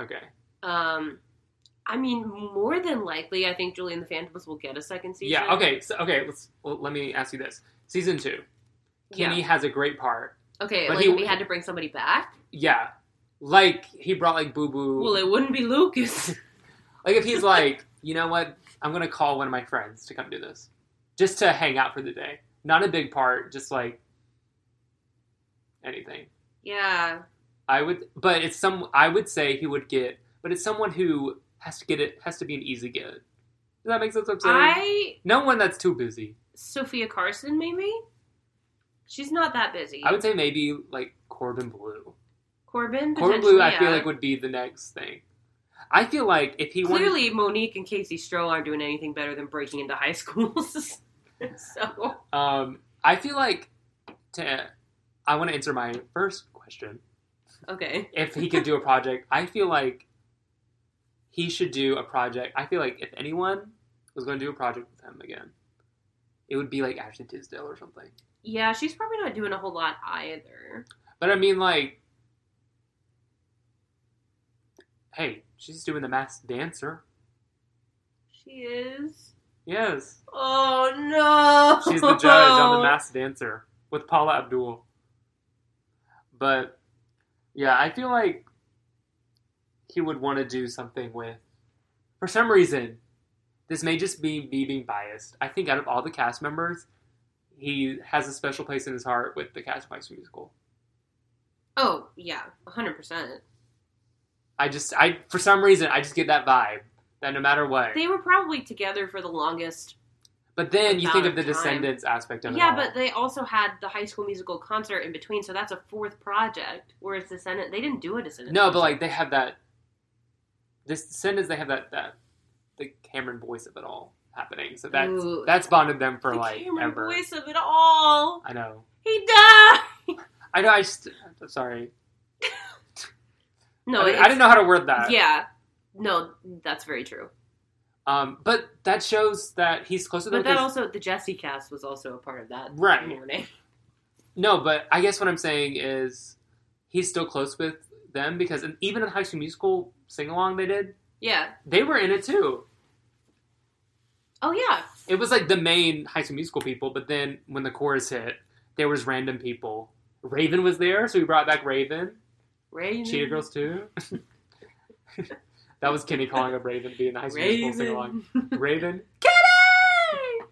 B: Okay,
A: Um, I mean, more than likely, I think Julian the Phantoms will get a second season.
B: Yeah. Okay. So okay. Let's well, let me ask you this. Season two,
A: Yeah.
B: Kenny has a great part.
A: okay.
B: But
A: like
B: he-
A: if we had to bring somebody back,
B: Yeah. Like he brought like Boo Boo.
A: well, it wouldn't be Lucas.
B: like if he's like, you know what? I'm gonna call one of my friends to come do this, just to hang out for the day. Not a big part. Just like anything.
A: yeah.
B: I would, but it's some. I would say he would get, but it's someone who has to get it has to be an easy get. Does that make sense? What I'm saying?
A: I
B: no one that's too busy.
A: Sophia Carson maybe. She's not that busy.
B: I would say maybe like Corbin Blue.
A: Corbin.
B: Corbin Blue, I
A: potentially,
B: feel
A: yeah.
B: like would be the next thing. I feel like if he wanted-
A: Clearly, Monique and Casey Stroll aren't doing anything better than breaking into high schools. so,
B: um, I feel like to, I want to answer my first question.
A: okay.
B: If he could do a project, I feel like he should do a project. I feel like if anyone was going to do a project with him again, it would be like Ashley Tisdale or something.
A: Yeah, she's probably not doing a whole lot either.
B: But I mean, like, hey, she's doing the Masked Dancer.
A: She is.
B: Yes,
A: Oh no!
B: she's the judge on
A: Oh.
B: the Masked Dancer with Paula Abdul. But yeah, I feel like he would want to do something with. For some reason, this may just be me being biased. I think out of all the cast members, he has a special place in his heart with the Cast Mice musical.
A: Oh yeah, hundred percent.
B: I just, I for some reason, I just get that vibe that no matter what,
A: They were probably together for the longest.
B: But then you
A: amount
B: think
A: of
B: of the
A: time.
B: Descendants aspect of it.
A: Yeah,
B: all.
A: but they also had the High School Musical concert in between, so that's a fourth project. Whereas the Senate, they didn't do a Descendants.
B: no, but like they have that. This Descendants, they have that that the Cameron voice of it all happening. So that's
A: Ooh.
B: that's bonded them for
A: the
B: like
A: Cameron
B: ever.
A: voice of it all.
B: I know.
A: He died.
B: I know. I just. I'm sorry.
A: No,
B: I, mean,
A: it's-
B: I didn't know how to word that.
A: Yeah, no, that's very true.
B: Um, but that shows that he's closer to them.
A: But that
B: 'cause-
A: also, the Jesse cast was also a part of that
B: Right.
A: morning.
B: No, but I guess what I'm saying is he's still close with them because in, even in High School Musical sing along they did,
A: Yeah.
B: they were in it too.
A: Oh yeah.
B: it was like the main High School Musical people, but then when the chorus hit, there was random people. Raven was there, so we brought back Raven.
A: Raven.
B: Cheetah Girls too. that was Kenny calling up Raven to be in the High School Musical sing along.
A: Raven.
B: Raven.
A: Kitty!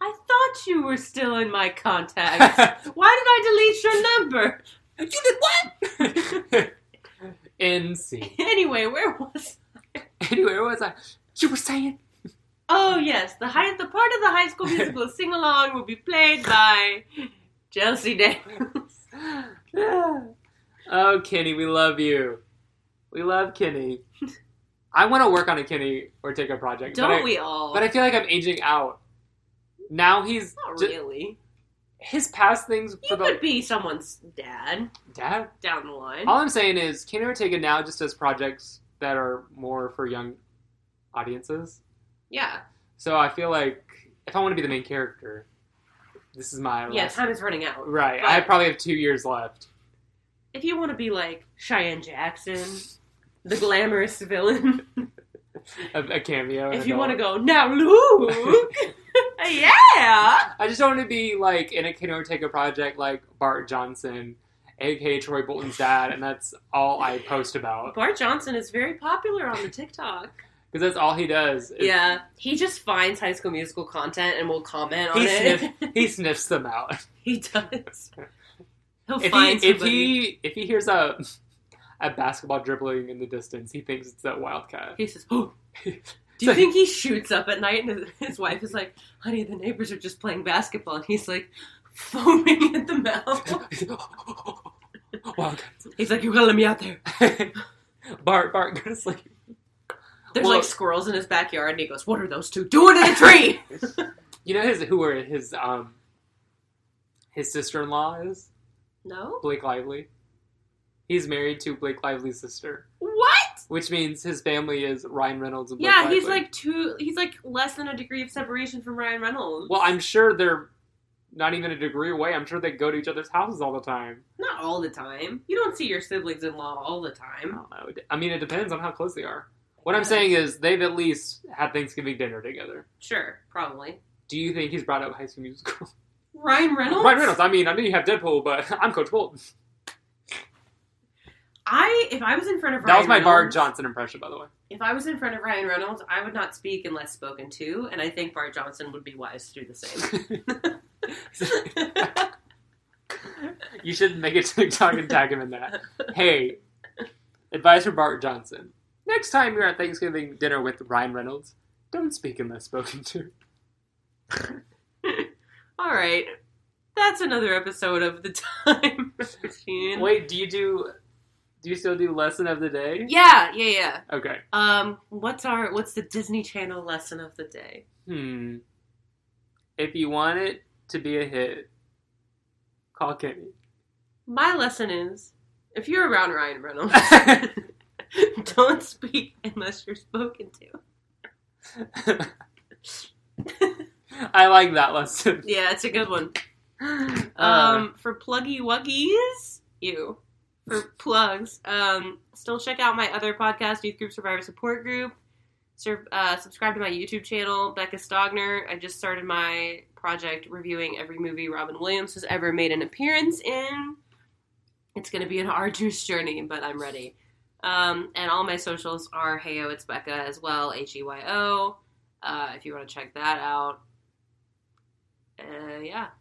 A: I thought you were still in my contacts. Why did I delete your number?
B: you did what? NC.
A: Anyway, where was?
B: Anyway, what was I? You were saying
A: Oh yes, the high, the part of the High School Musical sing along will be played by Chelsea Day.
B: Yeah. Oh, Kenny, we love you. We love Kenny. I want to work on a Kenny Ortega project. but
A: Don't
B: I-
A: we all?
B: But I feel like I'm aging out. Now he's
A: Not
B: ju-
A: really.
B: his past things for
A: You
B: the
A: could be someone's dad
B: dad.
A: down the line.
B: All I'm saying is Kenny Ortega now just does projects that are more for young audiences.
A: yeah.
B: So I feel like if I want to be the main character, this is my
A: Yeah.
B: last-
A: Time is running out.
B: right. I
A: Right.
B: probably have two years left.
A: If you want to be like Cheyenne Jackson, the glamorous villain.
B: A, a cameo.
A: if you want to go now, Luke. yeah.
B: I just don't want to be like in a Kenny Ortega project like Bart Johnson, aka Troy Bolton's dad, and that's all I post about
A: Bart Johnson is very popular on the TikTok.
B: because that's all he does. is
A: yeah, he just finds High School Musical content and will comment on
B: He
A: it.
B: sniff- he sniffs them out.
A: he does. He'll
B: If
A: find
B: he, if
A: somebody.
B: he if he hears a a basketball dribbling in the distance, he thinks it's that wildcat.
A: He says, "Oh." Do
B: So
A: you think he shoots up at night and his- his wife is like, "Honey, the neighbors are just playing basketball," and he's like, foaming at the mouth.
B: wildcat.
A: He's like, "You gotta let me out there."
B: Bart, Bart, go to sleep.
A: There's
B: Well-
A: like squirrels in his backyard, and he goes, "What are those two doing in the tree?"
B: You know his who are his um his sister in law is
A: no.
B: Blake Lively. He's married to Blake Lively's sister,
A: What?
B: which means his family is Ryan Reynolds and Blake
A: Yeah, he's
B: Lively.
A: like two. He's like less than a degree of separation from Ryan Reynolds.
B: Well, I'm sure they're not even a degree away. I'm sure they go to each other's houses all the time.
A: not all the time. You don't see your siblings in law all the
B: I
A: time.
B: don't know. I mean, it depends on how close they are. What I'm saying is they've at least had Thanksgiving dinner together.
A: Sure, probably.
B: Do you think he's brought up High School Musical?
A: Ryan Reynolds.
B: Ryan Reynolds. I mean, I know you have Deadpool, but I'm Coach Bolton.
A: I if I was in front of Ryan
B: That was my Bart
A: Reynolds,
B: Johnson impression, by the way.
A: If I was in front of Ryan Reynolds, I would not speak unless spoken to, and I think Bart Johnson would be wise to do the same.
B: You should make a TikTok and tag him in that. Hey, advice from Bart Johnson. Next time you're at Thanksgiving dinner with Ryan Reynolds, don't speak unless spoken to.
A: All right, that's another episode of the time machine.
B: Wait, do you do? Do you still do lesson of the day?
A: Yeah, yeah, yeah.
B: Okay.
A: Um, what's our what's the Disney Channel lesson of the day?
B: Hmm. If you want it to be a hit, call Kenny.
A: My lesson is if you're around Ryan Reynolds, don't speak unless you're spoken to.
B: I like that lesson.
A: Yeah, it's a good one.
B: Um,
A: Um, for pluggy wuggies, you for plugs. Um, still check out my other podcast, Youth Group Survivor Support Group. Sur- uh, subscribe to my YouTube channel, Becca Stogner. I just started my project reviewing every movie Robin Williams has ever made an appearance in. It's going to be an arduous journey, but I'm ready. Um, and all my socials are Heyo, it's Becca as well, H E Y O. Uh, if you want to check that out. Uh, yeah.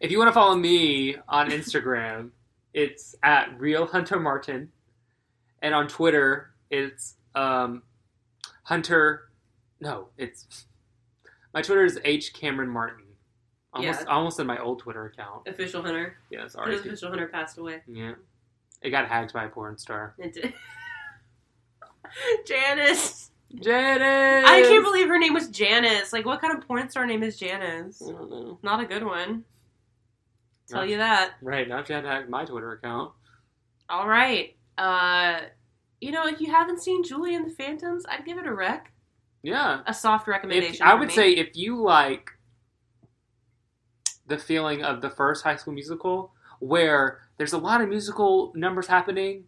B: If you want to follow me on Instagram, it's at real Hunter Martin, and on Twitter it's um, Hunter. No, it's my Twitter is H Cameron Martin. Almost,
A: Yeah.
B: almost in my old Twitter account.
A: Official Hunter.
B: Yeah, sorry.
A: His official hunter passed away.
B: Yeah, it got hacked by a porn star.
A: It did. Janice.
B: Janice.
A: I can't believe her name was Janice. Like, what kind of porn star name is Janice?
B: I don't know.
A: Not a good one. Tell
B: Not-
A: you that.
B: Right now, she had to hack my Twitter account.
A: All right. Uh, you know, if you haven't seen Julie and the Phantoms, I'd give it a rec.
B: Yeah,
A: A soft
B: if,
A: recommendation.
B: I
A: from
B: would
A: me.
B: say if you like the feeling of the first High School Musical, where there's a lot of musical numbers happening,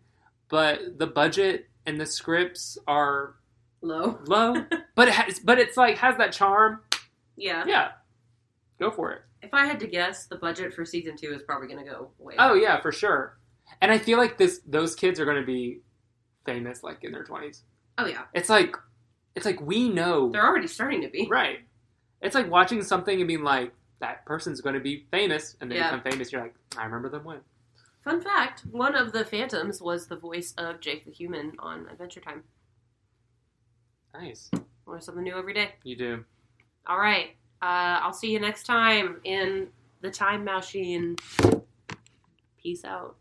B: but the budget and the scripts are
A: low.
B: low, but it has, but it's like has that charm.
A: Yeah.
B: Yeah, go for it.
A: If I had to guess, the budget for season two is probably going to go way.
B: Oh
A: up.
B: yeah, for sure. And I feel like this those kids are going to be famous like in their twenties.
A: Oh yeah.
B: It's like it's like we know
A: They're already starting to be.
B: Right. It's like watching something and being like, that person's going to be famous, and they
A: Yeah.
B: become famous. You're like, I remember them when.
A: Fun fact: One of the Phantoms was the voice of Jake the Human on Adventure Time.
B: Nice.
A: Learn something new every day.
B: You do.
A: All right. Uh, I'll see you next time in the time machine. Peace out.